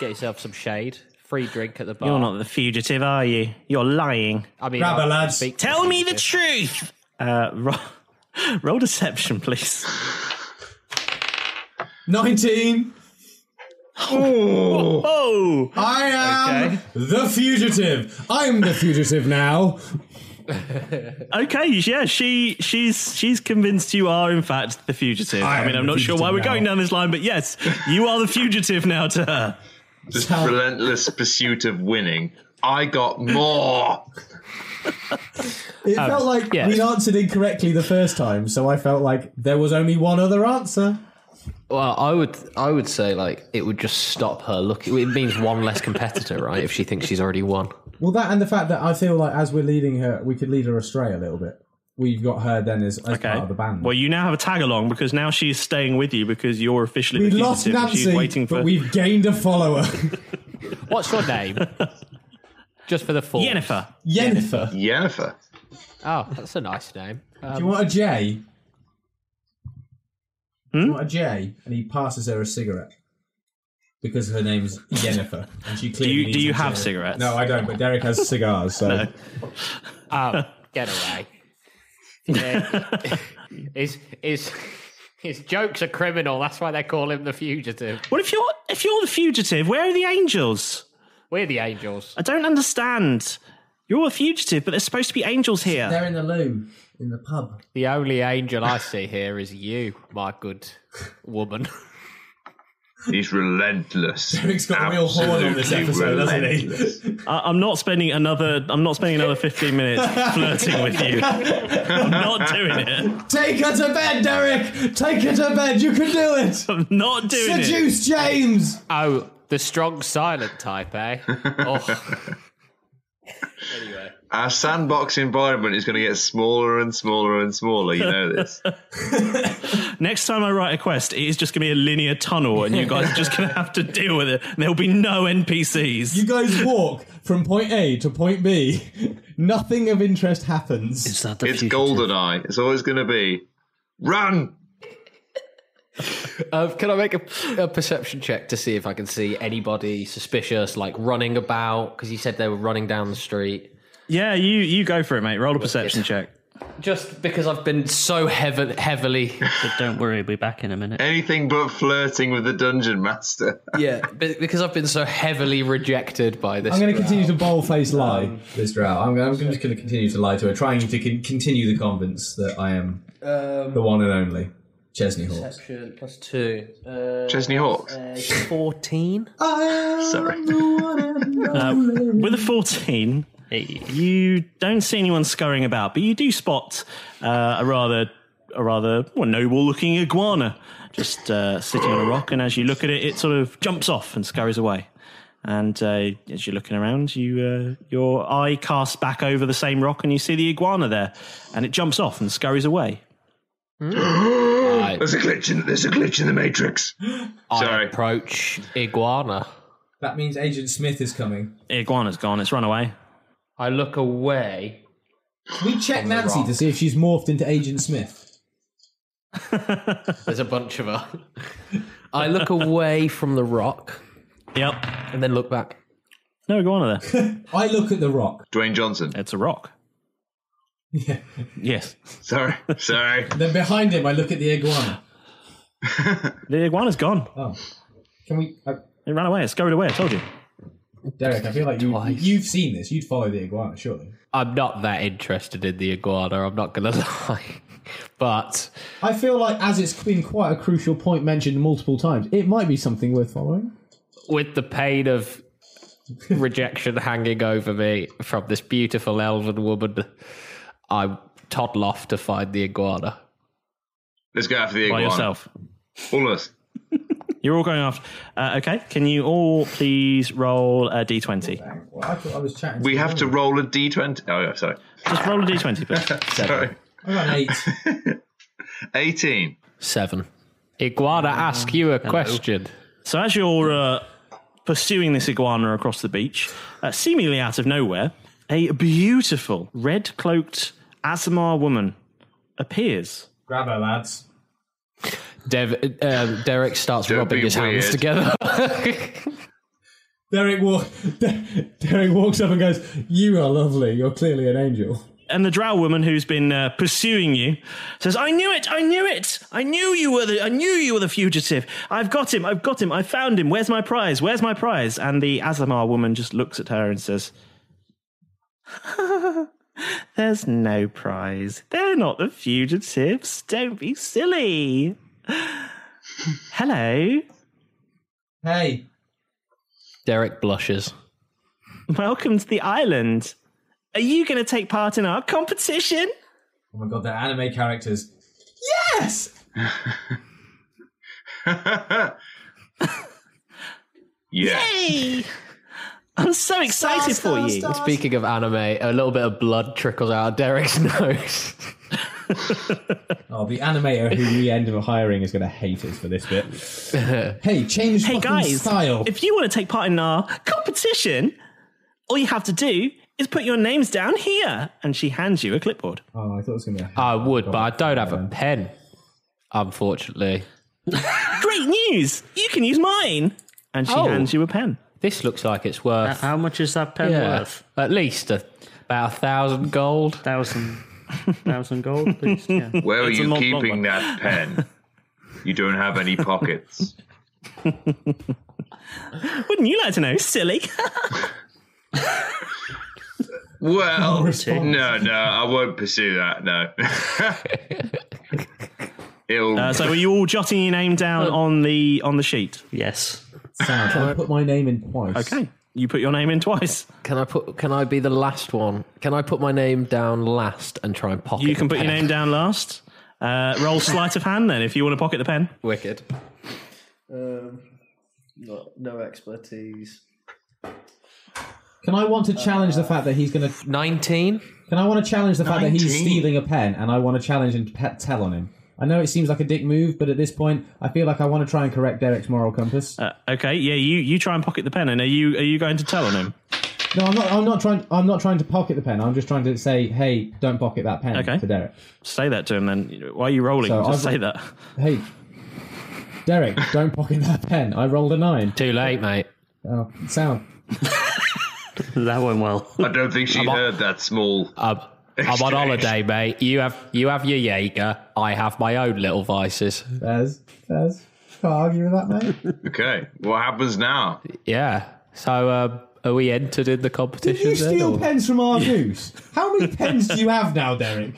S5: get yourself some shade? Free drink at the bar.
S1: You're not the fugitive, are you? You're lying.
S5: I mean, Grab her, I- lads. speak to
S1: Tell
S5: the
S1: me the truth. Uh, roll, [laughs] roll deception, please.
S17: Nineteen.
S1: Oh,
S17: I am
S1: Okay.
S17: the fugitive. I'm the fugitive now.
S1: okay, yeah, she she's she's convinced you are in fact the fugitive.
S17: I
S1: I, mean,
S17: am
S1: I'm
S17: the
S1: not sure why
S17: fugitive
S1: we're going
S17: now.
S1: down this line, but yes, you are the fugitive now to her.
S9: Just relentless pursuit of winning. I
S17: [laughs]
S9: got more.
S17: It
S9: Um,
S17: felt like
S9: yes.
S17: we answered incorrectly the first time, so I felt like there was only one other answer.
S5: Well, I would, I would say like it would just stop her looking. It means one less competitor, right? If she thinks she's already won.
S17: Well, that and the fact that I feel like as we're leading her, we could lead her astray a little bit. We've got her then as, as part of the band.
S1: Well, you now have a tag along because now she's staying with you because you're officially
S17: we
S1: the
S17: lost
S1: fugitive. and
S17: Nancy,
S1: she's waiting for
S17: but we've gained a follower.
S5: What's your [laughs] name? Just for the form.
S1: Jennifer.
S17: Jennifer.
S9: Jennifer.
S5: Oh, that's a nice name.
S17: Do you want a J? Do
S1: Hmm?
S17: you want a J? And he passes her a cigarette because her name's Jennifer, and she clearly.
S1: you-
S17: needs
S1: do you
S17: a
S1: have
S17: J.
S1: cigarettes?
S17: No, I don't. But Derek has cigars, so
S1: No.
S5: Oh, get [laughs] away. Yeah. his, his, his joke's a criminal. That's why they call him the fugitive.
S1: Well, if you're if you're the fugitive, where are the angels?
S5: We're the angels.
S1: I don't understand. You're a fugitive, but there's supposed to be angels here.
S17: they're in the loo in the pub.
S5: The only angel I see here is you, my good woman.
S9: He's relentless.
S17: Derek's got real horn on this episode, doesn't he?
S1: I, I'm not spending another. I'm not spending another
S17: [laughs]
S1: 15 minutes flirting with you. I'm not doing it.
S17: Take her to bed, Derek. Take her to bed. You can do it.
S1: I'm not doing
S17: Seduce James.
S5: Oh, the strong silent type, [laughs] eh? Oh.
S9: Our sandbox environment is going to get smaller and smaller and smaller. You know
S17: [laughs]
S9: this.
S1: it. Next time I write a quest, it is just going to be a linear tunnel, and you guys are just going to have to deal with it. There'll be no NPCs.
S17: You guys walk from point A to point B. Nothing of interest happens. Is
S5: that
S9: It's golden eye. It's always going to be. Run!
S5: Uh, can I make a, a perception check to see if I can see anybody suspicious, like running about? Because you said they were running down the street.
S1: Yeah, you you go for it, mate. Roll a perception check.
S5: Just because I've been so heavy, heavily.
S9: But
S1: don't worry, we'll be back in a minute.
S9: Anything but flirting with the dungeon master. [laughs]
S1: Uh,
S5: Yeah, [laughs] be- because I've been so heavily rejected by this.
S17: I'm going to
S5: crowd.
S17: continue to bold-faced lie this drought. I'm, I'm just going to continue to lie to her, trying to con- continue the convince that I am
S5: Um,
S17: the one and only Chesney Hawks.
S5: Perception plus two. Uh,
S17: Chesney Hawks.
S5: Fourteen.
S9: Ah,
S17: Sorry.
S1: Uh, with a 14, You don't see anyone scurrying about, but you do spot uh, a rather a rather well, noble looking iguana just uh, sitting on a rock. And as you look at it, it sort of jumps off and scurries away. And uh, as you're looking around, you uh, your eye casts back over the same rock, and you see the iguana there, and it jumps off and scurries away.
S9: [laughs] There's a glitch in there's a glitch in the matrix.
S5: Sorry. approach iguana.
S6: That means Agent Smith is coming.
S1: Iguana's gone. It's run away.
S5: I look away.
S6: We check Nancy to see if she's morphed into Agent Smith.
S5: There's a bunch of us. I look away from the rock.
S1: Yep.
S5: And then look back.
S1: No iguana there.
S6: I look at the rock.
S9: Dwayne Johnson.
S1: It's a rock. Yes. [laughs]
S9: Sorry. Sorry.
S6: Then behind him, I look at the iguana.
S1: The iguana's gone.
S6: Oh. Can we? Uh,
S1: it ran away. It scurried away. I told you.
S6: [laughs] Derek, I feel like you, you've seen this. You'd follow the iguana, surely.
S5: I'm not that interested in the iguana. I'm not going to [laughs] lie. But
S6: I feel like, as it's been quite a crucial point mentioned multiple times, it might be something worth following.
S5: with the pain of rejection hanging over me from this beautiful elven woman, I toddle off to find the iguana.
S9: Let's go after the
S1: By
S9: iguana.
S1: yourself.
S9: All of us.
S1: You're all going after. Uh, okay. Can you all please roll a d20?
S6: Well, I thought I was chatting.
S9: We have to roll a d20. Oh, yeah, sorry.
S1: Just roll a d20, please.
S9: Sorry.
S6: I got an eight.
S9: 18.
S5: Seven. Iguana, ask you a question.
S1: So as you're uh, pursuing this iguana across the beach, uh, seemingly out of nowhere, a beautiful red cloaked Azamar woman appears.
S6: Grab her, lads.
S5: Dev, um, Derek starts rubbing
S1: be
S5: his hands
S1: weird.
S5: together. [laughs]
S6: Derek, walk, Der- Derek walks up and goes, You are lovely. You're clearly an angel.
S1: And the drow woman who's been uh, pursuing you says, "I knew it! I knew it! I knew you were the I knew you were the fugitive. I've got him! I've got him! I found him! Where's my prize? Where's my prize?" And the Azamar woman just looks at her and says, [laughs] "There's no prize. They're not the fugitives. Don't be silly." [laughs] Hello.
S6: Hey.
S5: Derek blushes.
S1: Welcome to the island. Are you going to take part in our competition?
S6: Oh my god, they're anime characters. Yes!
S9: Yeah.
S1: Yay! I'm so excited for you.
S5: Speaking of anime, a little bit of blood trickles out of Derek's [laughs] nose.
S6: Oh, the animator who we end up hiring is going to hate us for this bit. hey, change
S1: Hey
S6: fucking
S1: guys,
S6: style.
S1: if you want to take part in our competition, all you have to do is put your names down here, and she hands you a clipboard.
S6: Oh, I thought it was going to be.
S5: I would, but I don't have a pen, unfortunately.
S1: Great news! You can use mine. And she
S5: Oh.
S1: hands you a pen.
S5: This looks like it's worth.
S1: How much is that
S5: pen Yeah. worth? At least a, about a thousand gold. [laughs]
S18: Thousand, thousand gold, please. Yeah.
S9: Where are
S1: It's a
S9: you
S1: long- long
S9: keeping that
S1: [laughs]
S9: pen? You don't have any pockets.
S1: Wouldn't you like to know, silly? [laughs]
S9: Well,
S1: response.
S9: no, no, I won't pursue that. [laughs] No. It'll.
S1: Uh, so, were you all jotting your name down on the on the sheet?
S18: Yes.
S6: Sam, can I put my name in twice?
S1: Okay, you put your name in twice.
S5: Can I put? Can I be the last one? Can I put my name down last and try and pocket?
S1: You can
S5: the
S1: put your
S5: pen?
S1: name down last. Uh, roll sleight of hand then, if you want to pocket the pen.
S5: Wicked.
S13: Um, not, no expertise.
S6: Can I want to challenge the fact that he's going to.
S5: 19?
S6: Can I want to challenge the fact that he's
S9: 19?
S6: stealing a pen and I want to challenge and pe- tell on him? I know it seems like a dick move, but at this point, I feel like I want to try and correct Derek's moral compass.
S1: Uh, okay, yeah, you, you try and pocket the pen, and are you are you going to tell on him?
S6: No, I'm not. I'm not trying. I'm not trying to pocket the pen. I'm just trying to say, hey, don't pocket that pen
S1: Okay.
S6: to Derek.
S1: Say that to him then. Why are you rolling?
S6: So
S1: Just
S6: I've-
S1: say that.
S6: Hey, Derek, don't pocket that pen. I rolled a nine.
S5: Too late, mate.
S6: Oh, sound.
S18: that went well.
S9: I don't think she heard that small.
S5: I'm, I'm on
S9: Exchange.
S5: holiday, mate. You have you have your Jaeger. I have my own little vices.
S6: There's, there's. Can't argue with that, mate.
S9: Okay, what happens now?
S5: Yeah. So um, are we entered in the competition?
S6: you
S5: then,
S6: steal
S5: or-
S6: pens from our goose? How many pens do you have now, Derek?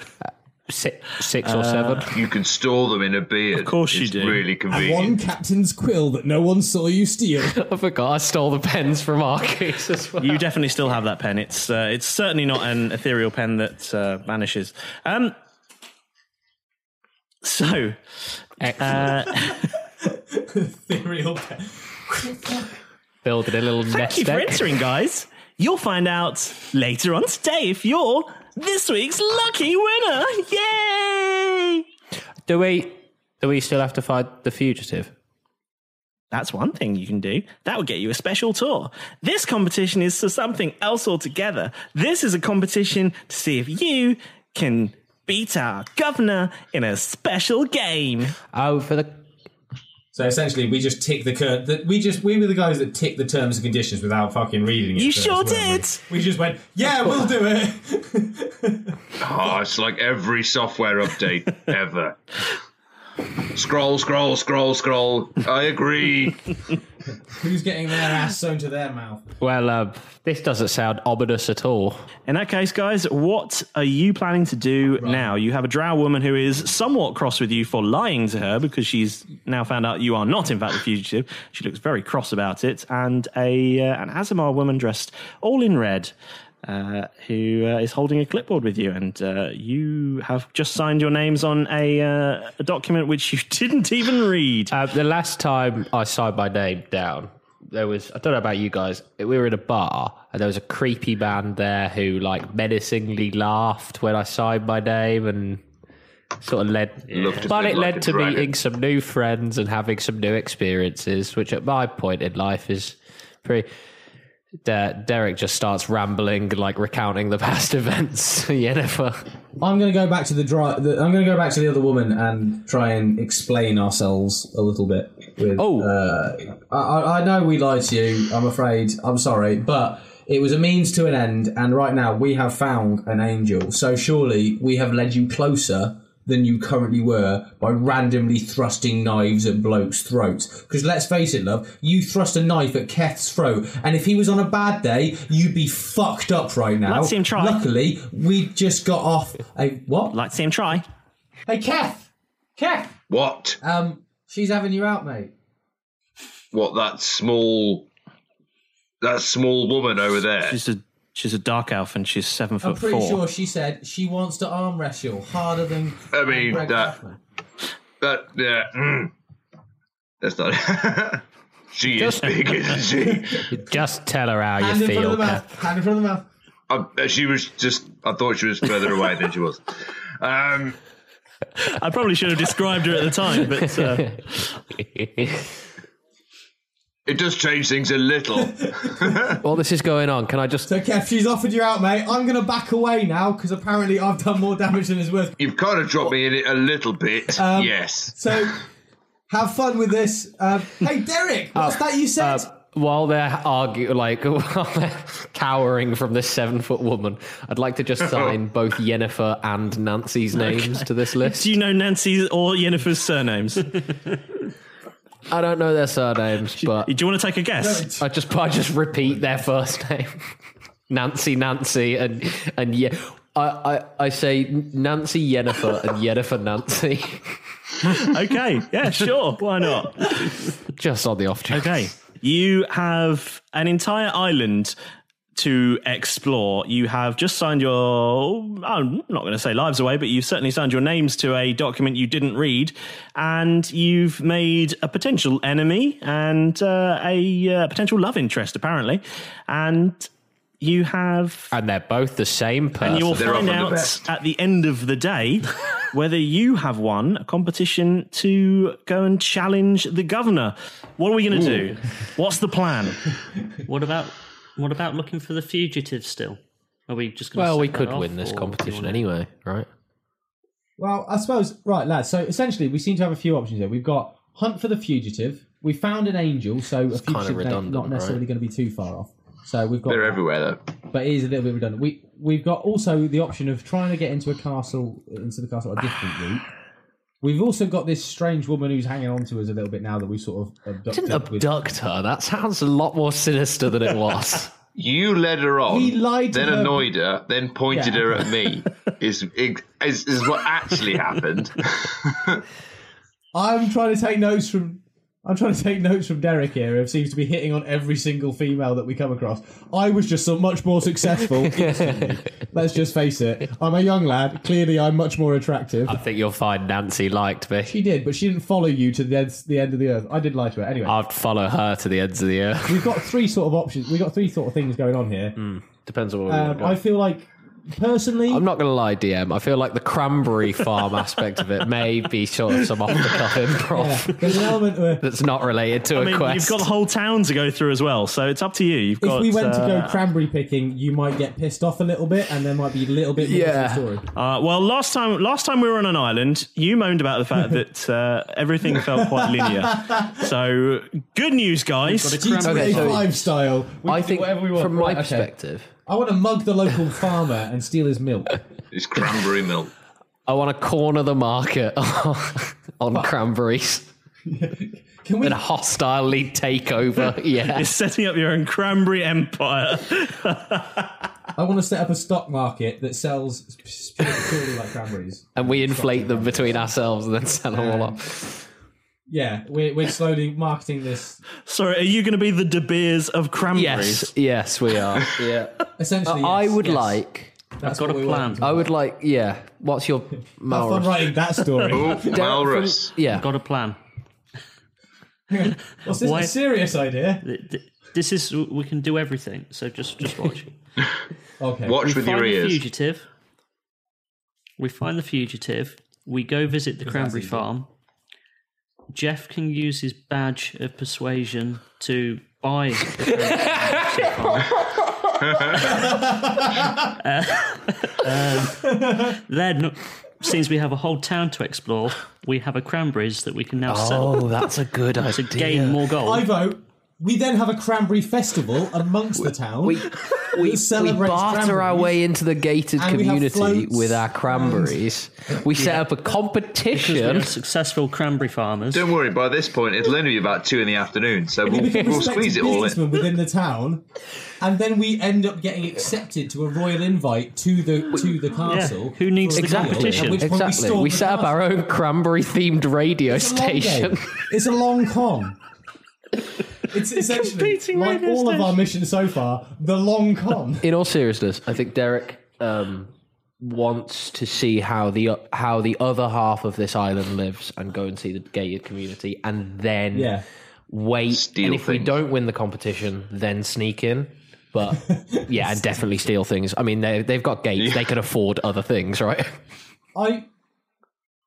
S5: Six, six or seven.
S1: Uh,
S9: You can store them in a beard. Of course you do. Really
S6: And
S9: convenient.
S6: one captain's quill that no one saw you steal.
S5: [laughs] I forgot I stole the pens from Arcus as well.
S1: You definitely still have that pen. It's uh, it's certainly not an ethereal pen that uh, vanishes. Um, so, [laughs]
S6: [laughs]
S1: uh,
S12: Ethereal pen.
S5: Building a little
S1: thank
S5: nest
S1: you for
S5: egg.
S1: entering, guys. You'll find out later on today if you're this week's lucky winner. Yay!
S5: Do we do we still have to find the fugitive?
S1: That's one thing you can do. That will get you a special tour. This competition is for something else altogether. This is a competition to see if you can beat our governor in a special game.
S5: Oh, for the
S19: So essentially, we just tick the cur- that we just we were the guys that ticked the terms and conditions without fucking reading it.
S1: You
S19: first,
S1: sure
S19: weren't we?
S1: did.
S19: We? just went, yeah, we'll do it.
S9: Oh, it's like every software [laughs] update ever. Scroll, scroll, scroll, scroll. I [laughs] agree.
S6: Who's getting their ass sewn to their mouth?
S5: Well, um, this doesn't sound ominous at all.
S1: In that case, guys, what are you planning to do now? You have a drow woman who is somewhat cross with you for lying to her because she's now found out you are not, in fact, the fugitive. She looks very cross about it, and a uh, an Azamar woman dressed all in red. Uh, who uh, is holding a clipboard with you, and uh, you have just signed your names on a, uh, a document which you [laughs] didn't even read.
S5: Uh, the last time I signed my name down, there was I don't know about you guys. We were in a bar and there was a creepy man there who like menacingly laughed when I signed my name and sort of led.
S9: Looked at
S5: but
S9: me
S5: it
S9: like
S5: led
S9: a
S5: to
S9: dragon.
S5: meeting some new friends and having some new experiences, which at my point in life is pretty. De- Derek just starts rambling, like recounting the past [laughs] events. Yennefer.
S6: I'm going to go back to the, dry, the I'm going to go back to the other woman and try and explain ourselves a little bit. With, oh, uh, I- I, I know we lied to you. I'm afraid. I'm sorry, but it was a means to an end, and right now we have found an angel. So surely we have led you closer than you currently were by randomly thrusting knives at blokes' throats. Because let's face it, love, you thrust a knife at Keth's throat, and if he was on a bad day, you'd be fucked up right now.
S1: Let's see him try.
S6: Luckily, we just got off a what?
S1: Like see him try.
S6: Hey, Keth, Keth.
S9: What?
S6: Um, she's having you out, mate.
S9: What that small, that small woman over there?
S1: She's a she's a dark elf, and she's seven
S6: I'm
S1: foot
S6: pretty
S1: four.
S6: sure she said she wants to arm wrestle harder than.
S9: I mean
S6: Greg
S9: that. That yeah. mm. That's not. [laughs] she is big, isn't she?
S5: Just tell her how
S6: Hand
S5: you
S6: in front
S5: feel.
S6: of the
S5: Kath.
S6: mouth. Hand in front of the mouth.
S9: I, Um, uh, she was just. I thought she was further away than she was. Um,
S1: I probably should have described her at the time, but uh,
S9: it does change things a little.
S5: While this is going on, can I just?
S6: So, Kev, she's offered you out, mate. I'm going to back away now because apparently I've done more damage than is worth.
S9: You've kind of dropped me in it a little bit.
S6: Um,
S9: yes.
S6: So, [laughs] have fun with this. Uh, hey, Derek, what's
S1: Oh,
S6: that you said?
S1: uh,
S5: While they're arguing, like [laughs] while they're cowering from this seven foot woman, I'd like to [laughs] just sign both Yennefer and [laughs] Nancy's names to this [laughs] list.
S1: do you know Nancy's or Yennefer's surnames?
S5: I don't know their [laughs] surnames, but do
S1: you want to take a guess?
S5: I just I just repeat their first name, [laughs] Nancy, Nancy, and and yeah, I, I I say Nancy Yennefer and Yennefer Nancy. [laughs]
S1: okay, yeah, sure, why not?
S5: Just on the off chance.
S1: Okay, you have an entire island to explore. You have just signed your, I'm not going to say lives away, but you've certainly signed your names to a document you didn't read, and you've made a potential enemy and uh, a uh, potential love interest, apparently. And you have.
S5: And they're both the same person.
S1: And you will
S5: Ah, They're
S1: find
S5: often the
S1: out
S5: best.
S1: at the end of
S5: [laughs]
S1: the day whether you have won a competition to go and challenge the governor. What are we going to
S5: Ooh.
S1: do? What's the plan?
S3: What about what about looking for the fugitive still? Are we just going to
S5: Well, we could win
S12: Oh,
S5: this competition anyway, right?
S6: Well, I suppose right, lads. So essentially, we seem to have a few options here. We've got hunt for the fugitive. We found an angel, so a
S5: kinda
S6: fugitive ain't
S5: redundant,
S6: not necessarily
S5: right?
S6: going to be too far off. So we've got
S9: They're everywhere though.
S6: but it is a little bit redundant. We we've got also the option of trying to get into a castle, into the castle a different route. We've also got this strange woman who's hanging on to us a little bit now that we sort of abducted.
S5: Didn't abduct her. That sounds a lot more sinister than it was.
S9: You led her on.
S12: He lied to
S9: Then
S12: her.
S9: annoyed her. Then pointed
S12: Yeah.
S9: her at me. is, is is what actually happened.
S12: I'm trying to take notes from. I'm trying to take notes from Derek here, who seems to be hitting on every single female that we come across. I was just so much more
S9: [laughs]
S12: successful. instantly. Let's just face it. I'm a young lad. Clearly, I'm much more attractive.
S5: [laughs] I think you'll find Nancy liked me.
S12: She did, but she didn't follow you to the end, the end of the earth. I did lie to her. Anyway,
S5: I'd follow her to the ends of the earth.
S12: we've got three sort of options. We've got three sort of things going on here.
S5: [laughs] Depends on what we want
S12: Um,
S5: to
S12: I
S5: go.
S12: feel like personally,
S5: I'm not going to lie, DM. I feel like the cranberry farm aspect of it may be sort of some off the
S12: [laughs]
S5: cuff improv
S12: there's an element where
S5: that's not related to
S1: I
S5: a
S1: mean,
S5: quest.
S1: you've got whole towns to go through as well, so it's up to you. You've
S12: if
S1: got.
S12: we went to
S1: uh,
S12: go cranberry picking, you might get pissed off a little bit, and there might be a little bit more to the story.
S1: Uh, well, last time, last time we were on an island, you moaned about
S12: [laughs]
S1: the fact that uh, everything felt quite linear. So, good news, guys.
S12: GTA Five style. We
S1: I
S12: can do
S1: think
S12: whatever we want.
S1: from my
S12: okay.
S1: perspective-
S12: I want to mug the local farmer and steal his milk.
S9: It's cranberry milk.
S5: I want to corner the market [laughs] on cranberries.
S12: [laughs] Can we...
S5: And hostilely take
S12: [laughs]
S5: over. Yeah.
S1: You're setting up your own cranberry empire. [laughs]
S12: I want to set up a stock market that sells purely like
S8: [laughs]
S12: cranberries.
S5: And we inflate them between ourselves and then sell them all off.
S12: Yeah, we're, we're slowly marketing this.
S1: Sorry, are you going to be the De Beers of
S5: Yes.
S1: cranberries?
S5: Yes,
S12: [laughs]
S5: we are. Yeah.
S12: Essentially,
S5: I
S12: yes,
S5: would
S12: yes.
S5: like.
S12: That's what we want.
S5: I would like. Yeah.
S12: [laughs]
S5: What's your
S12: Have fun
S5: Malrus?
S12: writing that story.
S5: [laughs] Derek, from- Yeah.
S3: Got a plan.
S12: What's this?
S3: Why-
S12: A serious idea?
S3: Th- th- This is we can do everything. So just just watch.
S12: Okay.
S9: Watch
S3: we
S9: with
S3: find
S9: your
S3: the
S9: ears.
S3: fugitive. We find the fugitive. We go visit the cranberry farm. Jeff can use his badge of persuasion to buy. the cranberry
S8: [laughs]
S3: farm. Uh, [laughs] um, then, since we have a whole town to explore, we have a cranberries that we can now sell.
S5: Oh, that's a good
S3: to
S5: idea.
S3: gain more gold.
S12: I vote. We then have a cranberry festival amongst the town. [laughs] We,
S5: we, we barter our way into the gated
S12: And we have
S5: community
S12: floats
S5: with our cranberries. We set
S3: Yeah.
S5: up a
S3: Because we
S5: competition.
S3: are successful cranberry farmers.
S9: Don't worry. By this point, it'll only be about two in the afternoon, so
S1: [laughs]
S12: We
S9: we'll,
S12: become
S9: we'll
S12: respected
S9: squeeze it all in.
S12: businessmen within the town, and then we end up getting accepted to a royal invite to the to the castle.
S3: Who needs
S12: for a
S3: the
S12: meal,
S3: competition?
S12: at which point
S5: Exactly.
S12: storm
S5: We
S12: the
S5: set up our
S12: castle.
S5: own cranberry themed radio
S12: It's a long
S5: station.
S12: game. It's a long con. It's essentially
S3: competing
S12: like
S3: radio
S12: all of our missions so far. The long
S3: [laughs]
S12: con.
S5: [laughs] In all seriousness, I think Derek um, wants to see how the how the other half of this island lives and go and see the gated community, and then
S12: Yeah.
S5: wait. and if we
S9: things.
S5: don't win the competition, then sneak in.
S12: [laughs]
S5: But yeah, and definitely steal things. I mean, they they've got gates; they can afford other things, right?
S12: I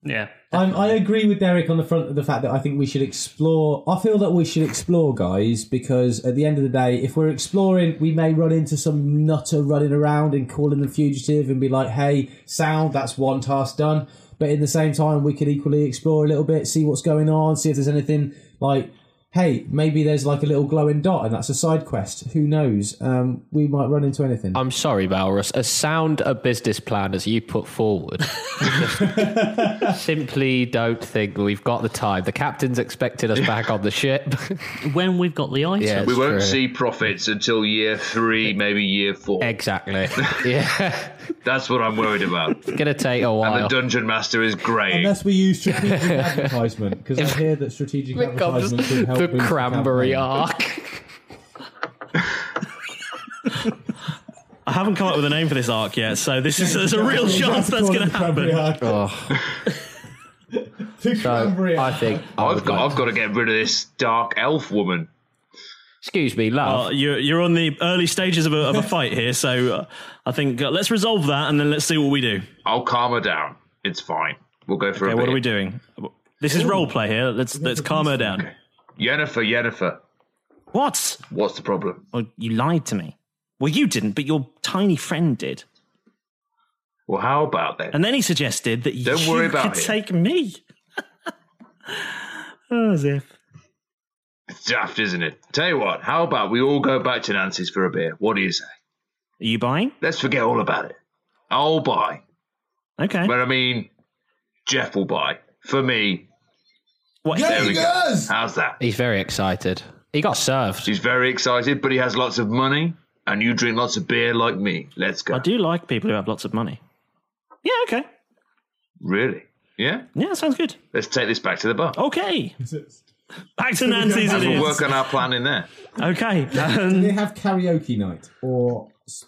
S3: Yeah.
S12: I'm, I agree with Derek on the front of the fact that I think we should explore. I feel that we should explore, guys, because at the end of the day, if we're exploring, we may run into some nutter running around and calling the fugitive and be like, hey, sound, that's one task done. Um, But in the same time, we could equally explore a little bit, see what's going on, see if there's anything like, hey, maybe there's like a little glowing dot and that's a side quest. Who knows? Um, we might run into anything.
S5: I'm sorry, Valrus. As sound a business plan as you put forward, just simply don't think we've got the time. The captain's expected us back on the ship. [laughs]
S3: When we've got the item.
S5: Yeah,
S9: We won't
S5: true.
S9: see profits until year three, maybe year four. [laughs]
S5: Exactly. Yeah,
S9: That's what I'm worried
S1: [laughs]
S9: about.
S5: it's gonna take a
S9: And the
S5: while.
S9: dungeon master is grey.
S12: Unless we use strategic
S1: [laughs]
S12: advertisement, because I hear that strategic
S5: Here comes
S12: advertisement can help
S5: the
S12: boost
S5: cranberry
S12: campaign.
S5: arc.
S9: [laughs]
S1: I haven't come up with a name for this arc yet, so this is there's a real chance that's going to happen.
S9: Oh,
S5: So I think I
S9: I've got, I've got to get rid of this dark elf woman.
S5: Excuse me, love.
S1: Well, Uh, you're you're on the early stages of a, of a fight here, so uh, I think uh, let's resolve that and then let's see what we do.
S9: I'll calm her down. It's fine. We'll go for
S1: Okay,
S9: a
S1: what
S9: bit.
S1: are we doing? This is role play here. Let's let's calm her down.
S9: Yennefer, Yennefer,
S1: What?
S9: what's the problem?
S1: Well, you lied to me. Well, you didn't, but your tiny friend did.
S9: Well, how about that?
S1: And then he suggested that
S9: Don't
S1: you
S9: worry about
S1: [laughs] could
S9: it.
S1: take me. [laughs] oh, as if.
S9: It's daft, isn't it? Tell you what, how about we all go back to Nancy's for a beer? What do you say?
S1: Are you buying?
S9: Let's forget all about it. I'll buy.
S1: Okay.
S9: But I mean, Jeff will buy. For me,
S1: what?
S9: there we go. How's that?
S5: He's very excited. He got served.
S9: He's very excited, but he has lots of money. and you drink lots of beer like me. Let's go.
S1: I do like people who have lots of money. Yeah, okay.
S9: Really? Yeah?
S1: Yeah, sounds good.
S9: Let's take this back to the bar.
S1: Okay. Back to Nancy's Oh, um, it
S9: We'll
S1: is.
S9: work on our plan in there.
S1: Okay.
S20: Do they have karaoke night or s-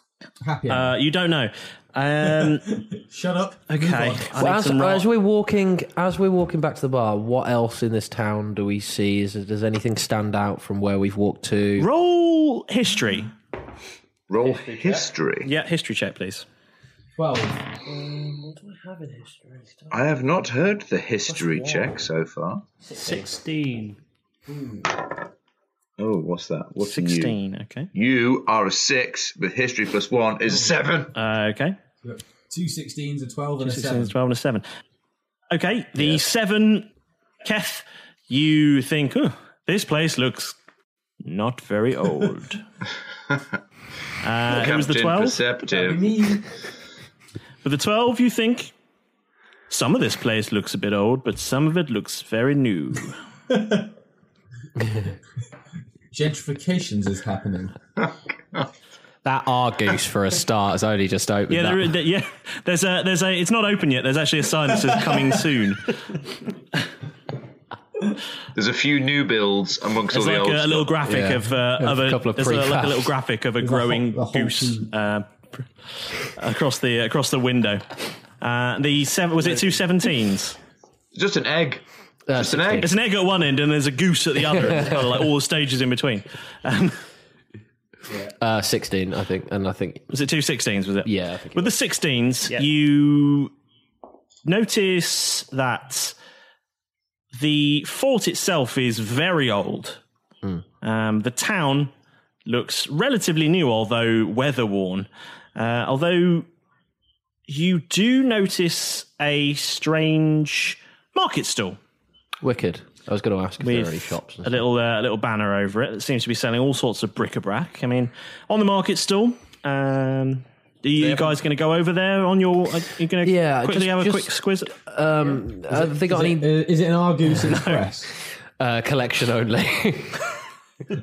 S20: happy hour?
S1: Uh, you don't know. Um,
S20: [laughs] Shut up.
S1: Okay.
S20: I
S5: Well,
S20: need
S5: as,
S20: some rock.
S5: as we're walking, as we're walking back to the bar, what else in this town do we see? Is does anything stand out from where we've walked to?
S1: Roll history.
S9: Roll history.
S1: Yeah, history check, please.
S20: Well,
S21: what do I have in history?
S9: I have not heard the history check so far.
S22: 16.
S9: Oh, what's that? What's
S1: 16, okay.
S9: You are a six, but history plus one is a seven.
S1: Uh, okay.
S20: Two 16s, a 12,
S1: Two
S20: and a
S1: 16s,
S20: 7.
S1: 12 and a 7. Okay, the 7, Keth, you think, oh, this place looks not
S20: [laughs]
S1: very old. uh, who was the
S9: Captain
S1: 12?
S9: Perceptive.
S1: For the 12, you think, some of this place looks a bit old, but some of it looks very
S20: [laughs]
S1: new.
S20: Gentrifications is happening.
S23: That Argus for a start has only just opened.
S1: Yeah,
S23: up.
S1: there is, yeah. There's a there's a. It's not open yet. There's actually a sign that says
S20: [laughs]
S1: coming soon.
S9: There's a few new builds amongst
S1: There's
S9: all the
S1: like
S9: old.
S1: a,
S9: stuff.
S1: little graphic of uh, of a, there's a, like a little
S9: prefabs.
S1: graphic of a
S9: There's a whole-
S1: growing
S9: a whole
S1: goose
S9: team.
S1: uh, pr- across the across the window. Uh, the seven was it two seventeens?
S9: Just an egg.
S5: Uh,
S1: Just an egg. It's an egg at one end, and there's a goose at the other. It's kind of like all the stages in between. Um,
S5: Uh, Sixteen, I think, and I think
S1: was it two 16s, Was it?
S5: Yeah.
S1: With the 16s, you notice that the fort itself is very old. Um, the town looks relatively new, although weather worn. Uh, although you do notice a strange market stall
S5: Wicked. I was going to ask if there are any
S1: with
S5: shops.
S1: a little uh, a little banner over it that seems to be selling all sorts of bric-a-brac. I mean, on the market stall. Um, are you guys going to go over there on your? Are you going to
S5: Yeah,
S1: quickly
S5: just-
S1: have a quick
S5: just-
S1: squiz?
S5: Um, have they got
S20: is
S5: any?
S20: It, uh, is it an Argus
S5: [laughs]
S20: Express?
S5: Uh, collection only. [laughs]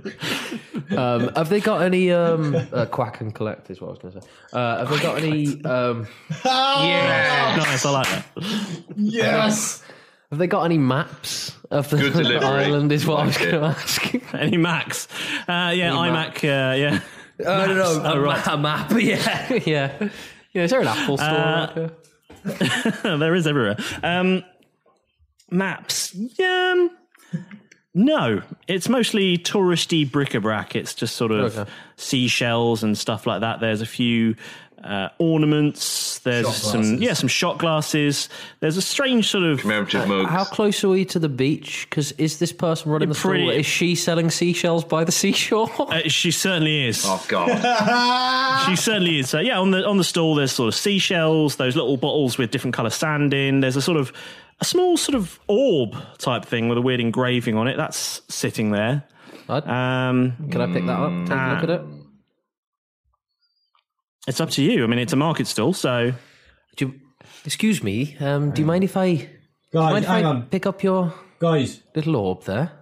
S5: um, have they got any um, uh, quack and collect? Is what I was going to say. Uh, have they got any? Um,
S1: yeah, nice. I like that. [laughs]
S5: Yes. Have they got any maps of the
S1: Good delivery.
S5: island? Is what I was
S1: Like it.
S5: going to ask.
S1: Any Macs? Uh, yeah, iMac. Uh, yeah.
S5: Oh, no,
S1: Maps.
S5: no, a ma- a map, yeah. [laughs] yeah. Yeah, is there an Apple store?
S1: Uh, [laughs] there is everywhere. Um, maps. Yeah, Um, no, it's mostly touristy bric-a-brac. It's just sort of
S5: Okay.
S1: seashells and stuff like that. There's a few uh, ornaments. There's
S5: Shot
S1: some
S5: glasses.
S1: yeah, some shot glasses. There's a strange sort of commemorative
S8: Uh,
S5: How close are we to the beach? Because is this person running the store?
S1: Pretty-
S5: Is she selling seashells by the [laughs] seashore?
S1: Uh, she certainly is. Oh
S8: [laughs]
S5: God.
S1: she certainly is. So yeah, on the on the stall there's sort of seashells, those little bottles with different colour sand in. There's a sort of a small sort of orb type thing with a weird engraving on it. That's sitting there. Um,
S5: Can I pick that up? Take a look at it.
S1: It's up to you. I mean, it's a market stall, so.
S5: Do excuse me. Um, do you mind if I? Guys, mind if
S20: hang
S5: I
S20: on.
S5: pick up your
S20: guys
S5: little orb there?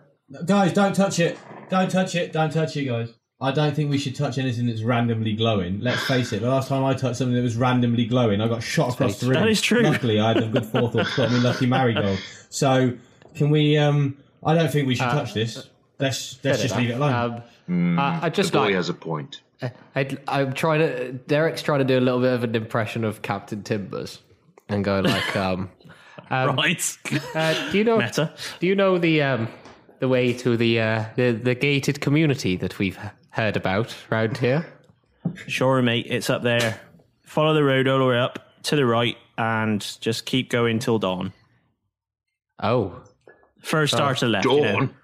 S20: Guys, don't touch it. Don't touch it. Don't touch it, guys. I don't think we should touch anything that's randomly glowing. Let's face it, the last time I touched something that was randomly glowing, I got shot across the
S1: true.
S20: room.
S1: That is true.
S20: Luckily, I had a good forethought to put me
S1: [laughs]
S20: lucky marigold. So, can we? um I don't think we should touch this. Let's
S23: get
S20: let's
S23: it,
S20: just leave it alone.
S5: Um, I- I'd just
S9: Mm, the boy
S5: like-
S9: has a point.
S5: I'd, I'm trying to. Derek's trying to do a little bit of an impression of Captain Timbers and go like, [laughs] um, um,
S1: right. [laughs]
S5: Uh, do you know?
S1: Meta.
S5: Do you know the um, the way to the, uh, the the gated community that we've h- heard about round here?
S1: Sure, mate. It's up there. Follow the road all the way up to the right and just keep going till dawn.
S5: Oh.
S1: First star
S5: Oh.
S1: to the left. you know.
S5: Dawn?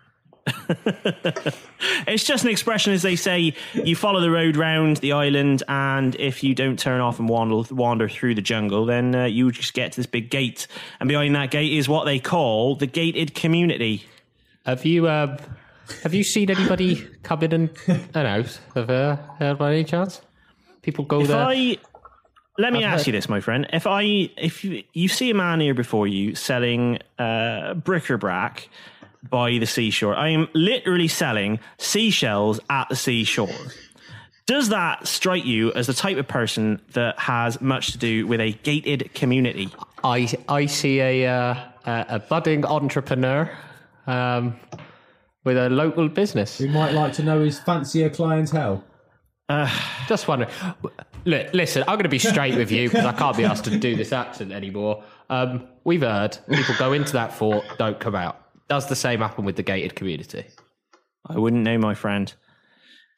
S1: it's just an expression as they say you follow the road round the island, and if you don't turn off and wander, wander through the jungle, then uh, you just get to this big gate. And behind that gate is what they call the gated community.
S5: Have you um, have you seen anybody come in and, and out of uh, uh, by any chance? People go
S1: if
S5: there.
S1: I let me
S5: I've heard-
S1: ask you this, my friend, if I if you, you see a man here before you selling uh, bric-a-brac by the seashore, I am literally selling seashells at the seashore. Does that strike you as the type of person that has much to do with a gated community?
S5: I I see a uh, a a budding entrepreneur um, with a local business.
S8: We might like to know his fancier clientele.
S5: Uh, [sighs] just wondering. Look, listen. I'm going to be straight with you because I can't be asked to do this accent anymore. Um, we've heard people go into that fort, don't come out. Does the same happen with the gated community?
S1: I wouldn't know, my friend.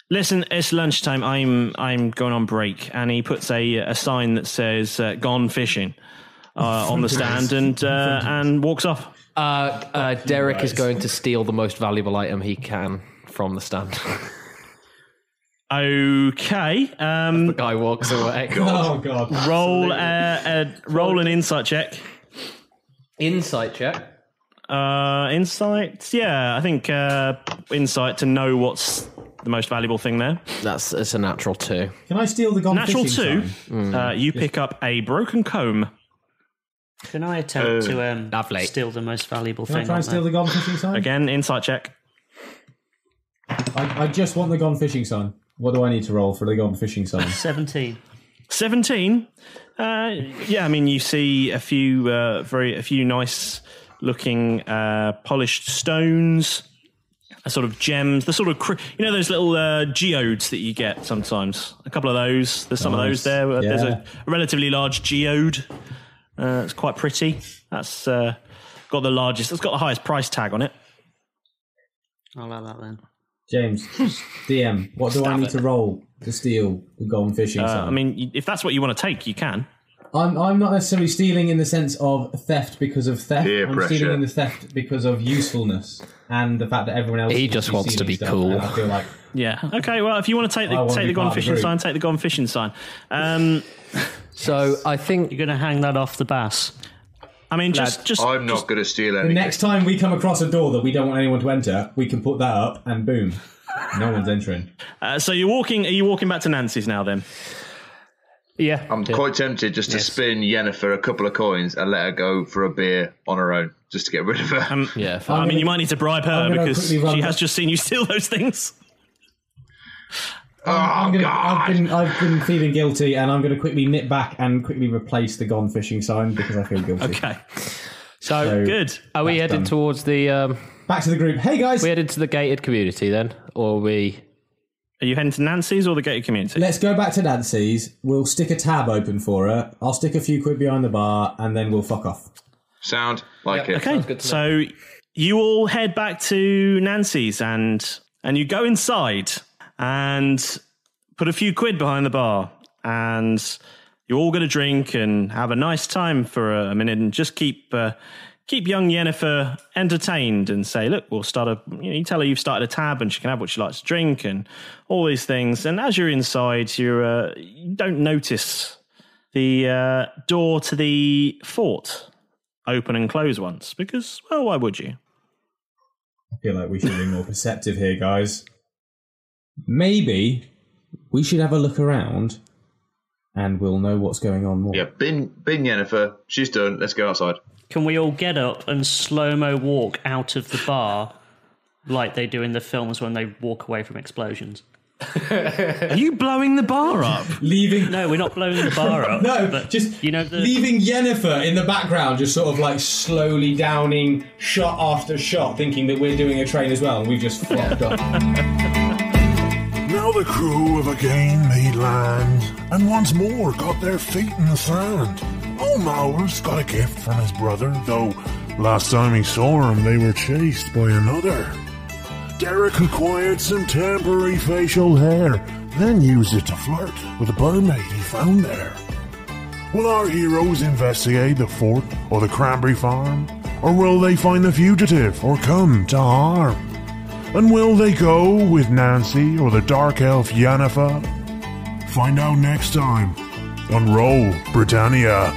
S1: Listen, it's lunchtime. I'm I'm going on break, and he puts a a sign that says uh, "Gone Fishing" uh,
S5: [laughs]
S1: on the stand, and uh, and walks off.
S5: Uh, uh, Derek is going to steal the most valuable item he can from the stand. [laughs]
S1: Okay. Um,
S5: the guy walks away.
S24: God. Oh, God.
S1: Roll a, a roll an insight check.
S5: Insight check.
S1: Uh, insight. Yeah, I think uh, insight to know what's the most valuable thing there.
S5: That's it's a natural two.
S8: Can I steal the gone
S1: Natural two.
S8: fishing sign?
S1: Uh, you pick up a broken comb.
S3: Can I attempt
S1: Uh,
S3: to um,
S1: lovely.
S3: steal the most valuable
S8: Can I
S3: thing?
S8: try and
S3: on
S8: steal the
S3: there?
S8: gone fishing sign?
S1: Again, insight check.
S8: I, I just want the gone fishing sign. What do I need to roll for the gone fishing sign?
S3: 17.
S1: 17 uh, yeah i mean you see a few uh, very a few nice looking uh, polished stones a sort of gems the sort of cr- you know those little uh, geodes that you get sometimes a couple of those there's some of
S3: Nice.
S1: those there Uh, there's
S3: Yeah.
S1: a relatively large geode uh, it's quite pretty that's uh, got the largest it's got the highest price tag on it
S3: I'll have that then.
S8: James, DM, what do I need to roll to steal the gone fishing
S1: uh,
S3: um,
S8: sign?
S1: i mean y- if that's what you want to take you can
S8: I'm, I'm not necessarily stealing in the sense of theft because of theft.
S1: Peer
S8: I'm
S1: pressure.
S8: stealing in the theft because of usefulness and the fact that everyone else.
S5: He
S8: is
S5: just wants to
S8: stealing
S5: be
S8: stuff,
S5: cool.
S8: and I feel like
S1: yeah okay well if you want to take
S8: I
S1: the
S8: wanna
S1: take
S8: be
S1: the gone
S8: part of the
S1: fishing
S8: group.
S1: sign take the gone fishing sign um
S5: So I think
S3: you're going to hang that off the bass.
S1: I mean,
S8: just- just-
S9: I'm not going to steal
S8: the
S9: anything.
S8: next time we come across a door that we don't want anyone to enter, we can put that up and boom, no one's entering.
S1: Uh, so you're walking. Are you walking back to Nancy's now? Then
S5: Yeah.
S9: I'm quite tempted just to spin Yennefer a couple of coins and let her go for a beer on her own, just to get rid of her.
S1: Um,
S5: yeah,
S1: I mean, you might need to bribe her
S9: I'm gonna
S1: because she
S9: quickly run
S1: has
S9: back-
S1: just seen you [laughs] steal those things.
S8: Oh, I'm gonna, I've been I've been feeling guilty, and I'm going to quickly nip back and quickly replace the gone fishing sign because I feel guilty.
S1: Okay.
S5: So,
S1: good.
S5: Are we headed towards the um,
S8: back to the group? Hey guys,
S5: we headed to the gated community then, or are we?
S1: Are you heading to Nancy's or the gated community?
S8: Let's go back to Nancy's. We'll stick a tab open for her. I'll stick a few quid behind the bar, and then we'll fuck off.
S9: Sound like it.
S1: Okay. So you all head back to Nancy's and and you go inside and put a few quid behind the bar and you're all going to drink and have a nice time for a minute and just keep uh, keep young Yennefer entertained and say, look, we'll start a. You, know, you tell her you've started a tab and she can have what she likes to drink and all these things. And as you're inside, you're uh, you don't notice the uh, door to the fort open and close once because, well, why would you?
S8: I feel like we should be more perceptive here, guys. Maybe we should have a look around, and we'll know what's going on more.
S9: Yeah, bin bin Yennefer. She's done. Let's go outside.
S3: Can we all get up and slow mo walk out of the bar like they do in the films when they walk away from explosions?
S1: Are you blowing the bar up?
S8: [laughs] Leaving?
S3: No, we're not blowing the bar
S8: [laughs]
S3: up.
S8: No,
S3: but
S8: just
S3: you know the
S8: Leaving Yennefer in the background, just sort of like slowly downing shot after shot, thinking that we're doing a train as well, and we've just [laughs] flopped up.
S17: Now the crew have again made land, and once more got their feet in the sand. Old Maul's got a gift from his brother, though last time he saw him, they were chased by another. Derek acquired some temporary facial hair, then used it to flirt with a barmaid he found there. Will our heroes investigate the fort or the cranberry farm? Or will they find the fugitive or come to harm? And will they go with Nancy or the dark elf Yennefer? Find out next time on Roll Britannia.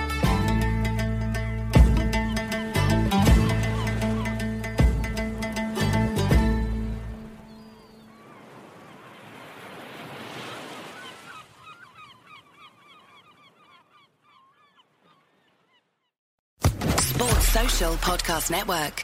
S25: Sports Social Podcast Network.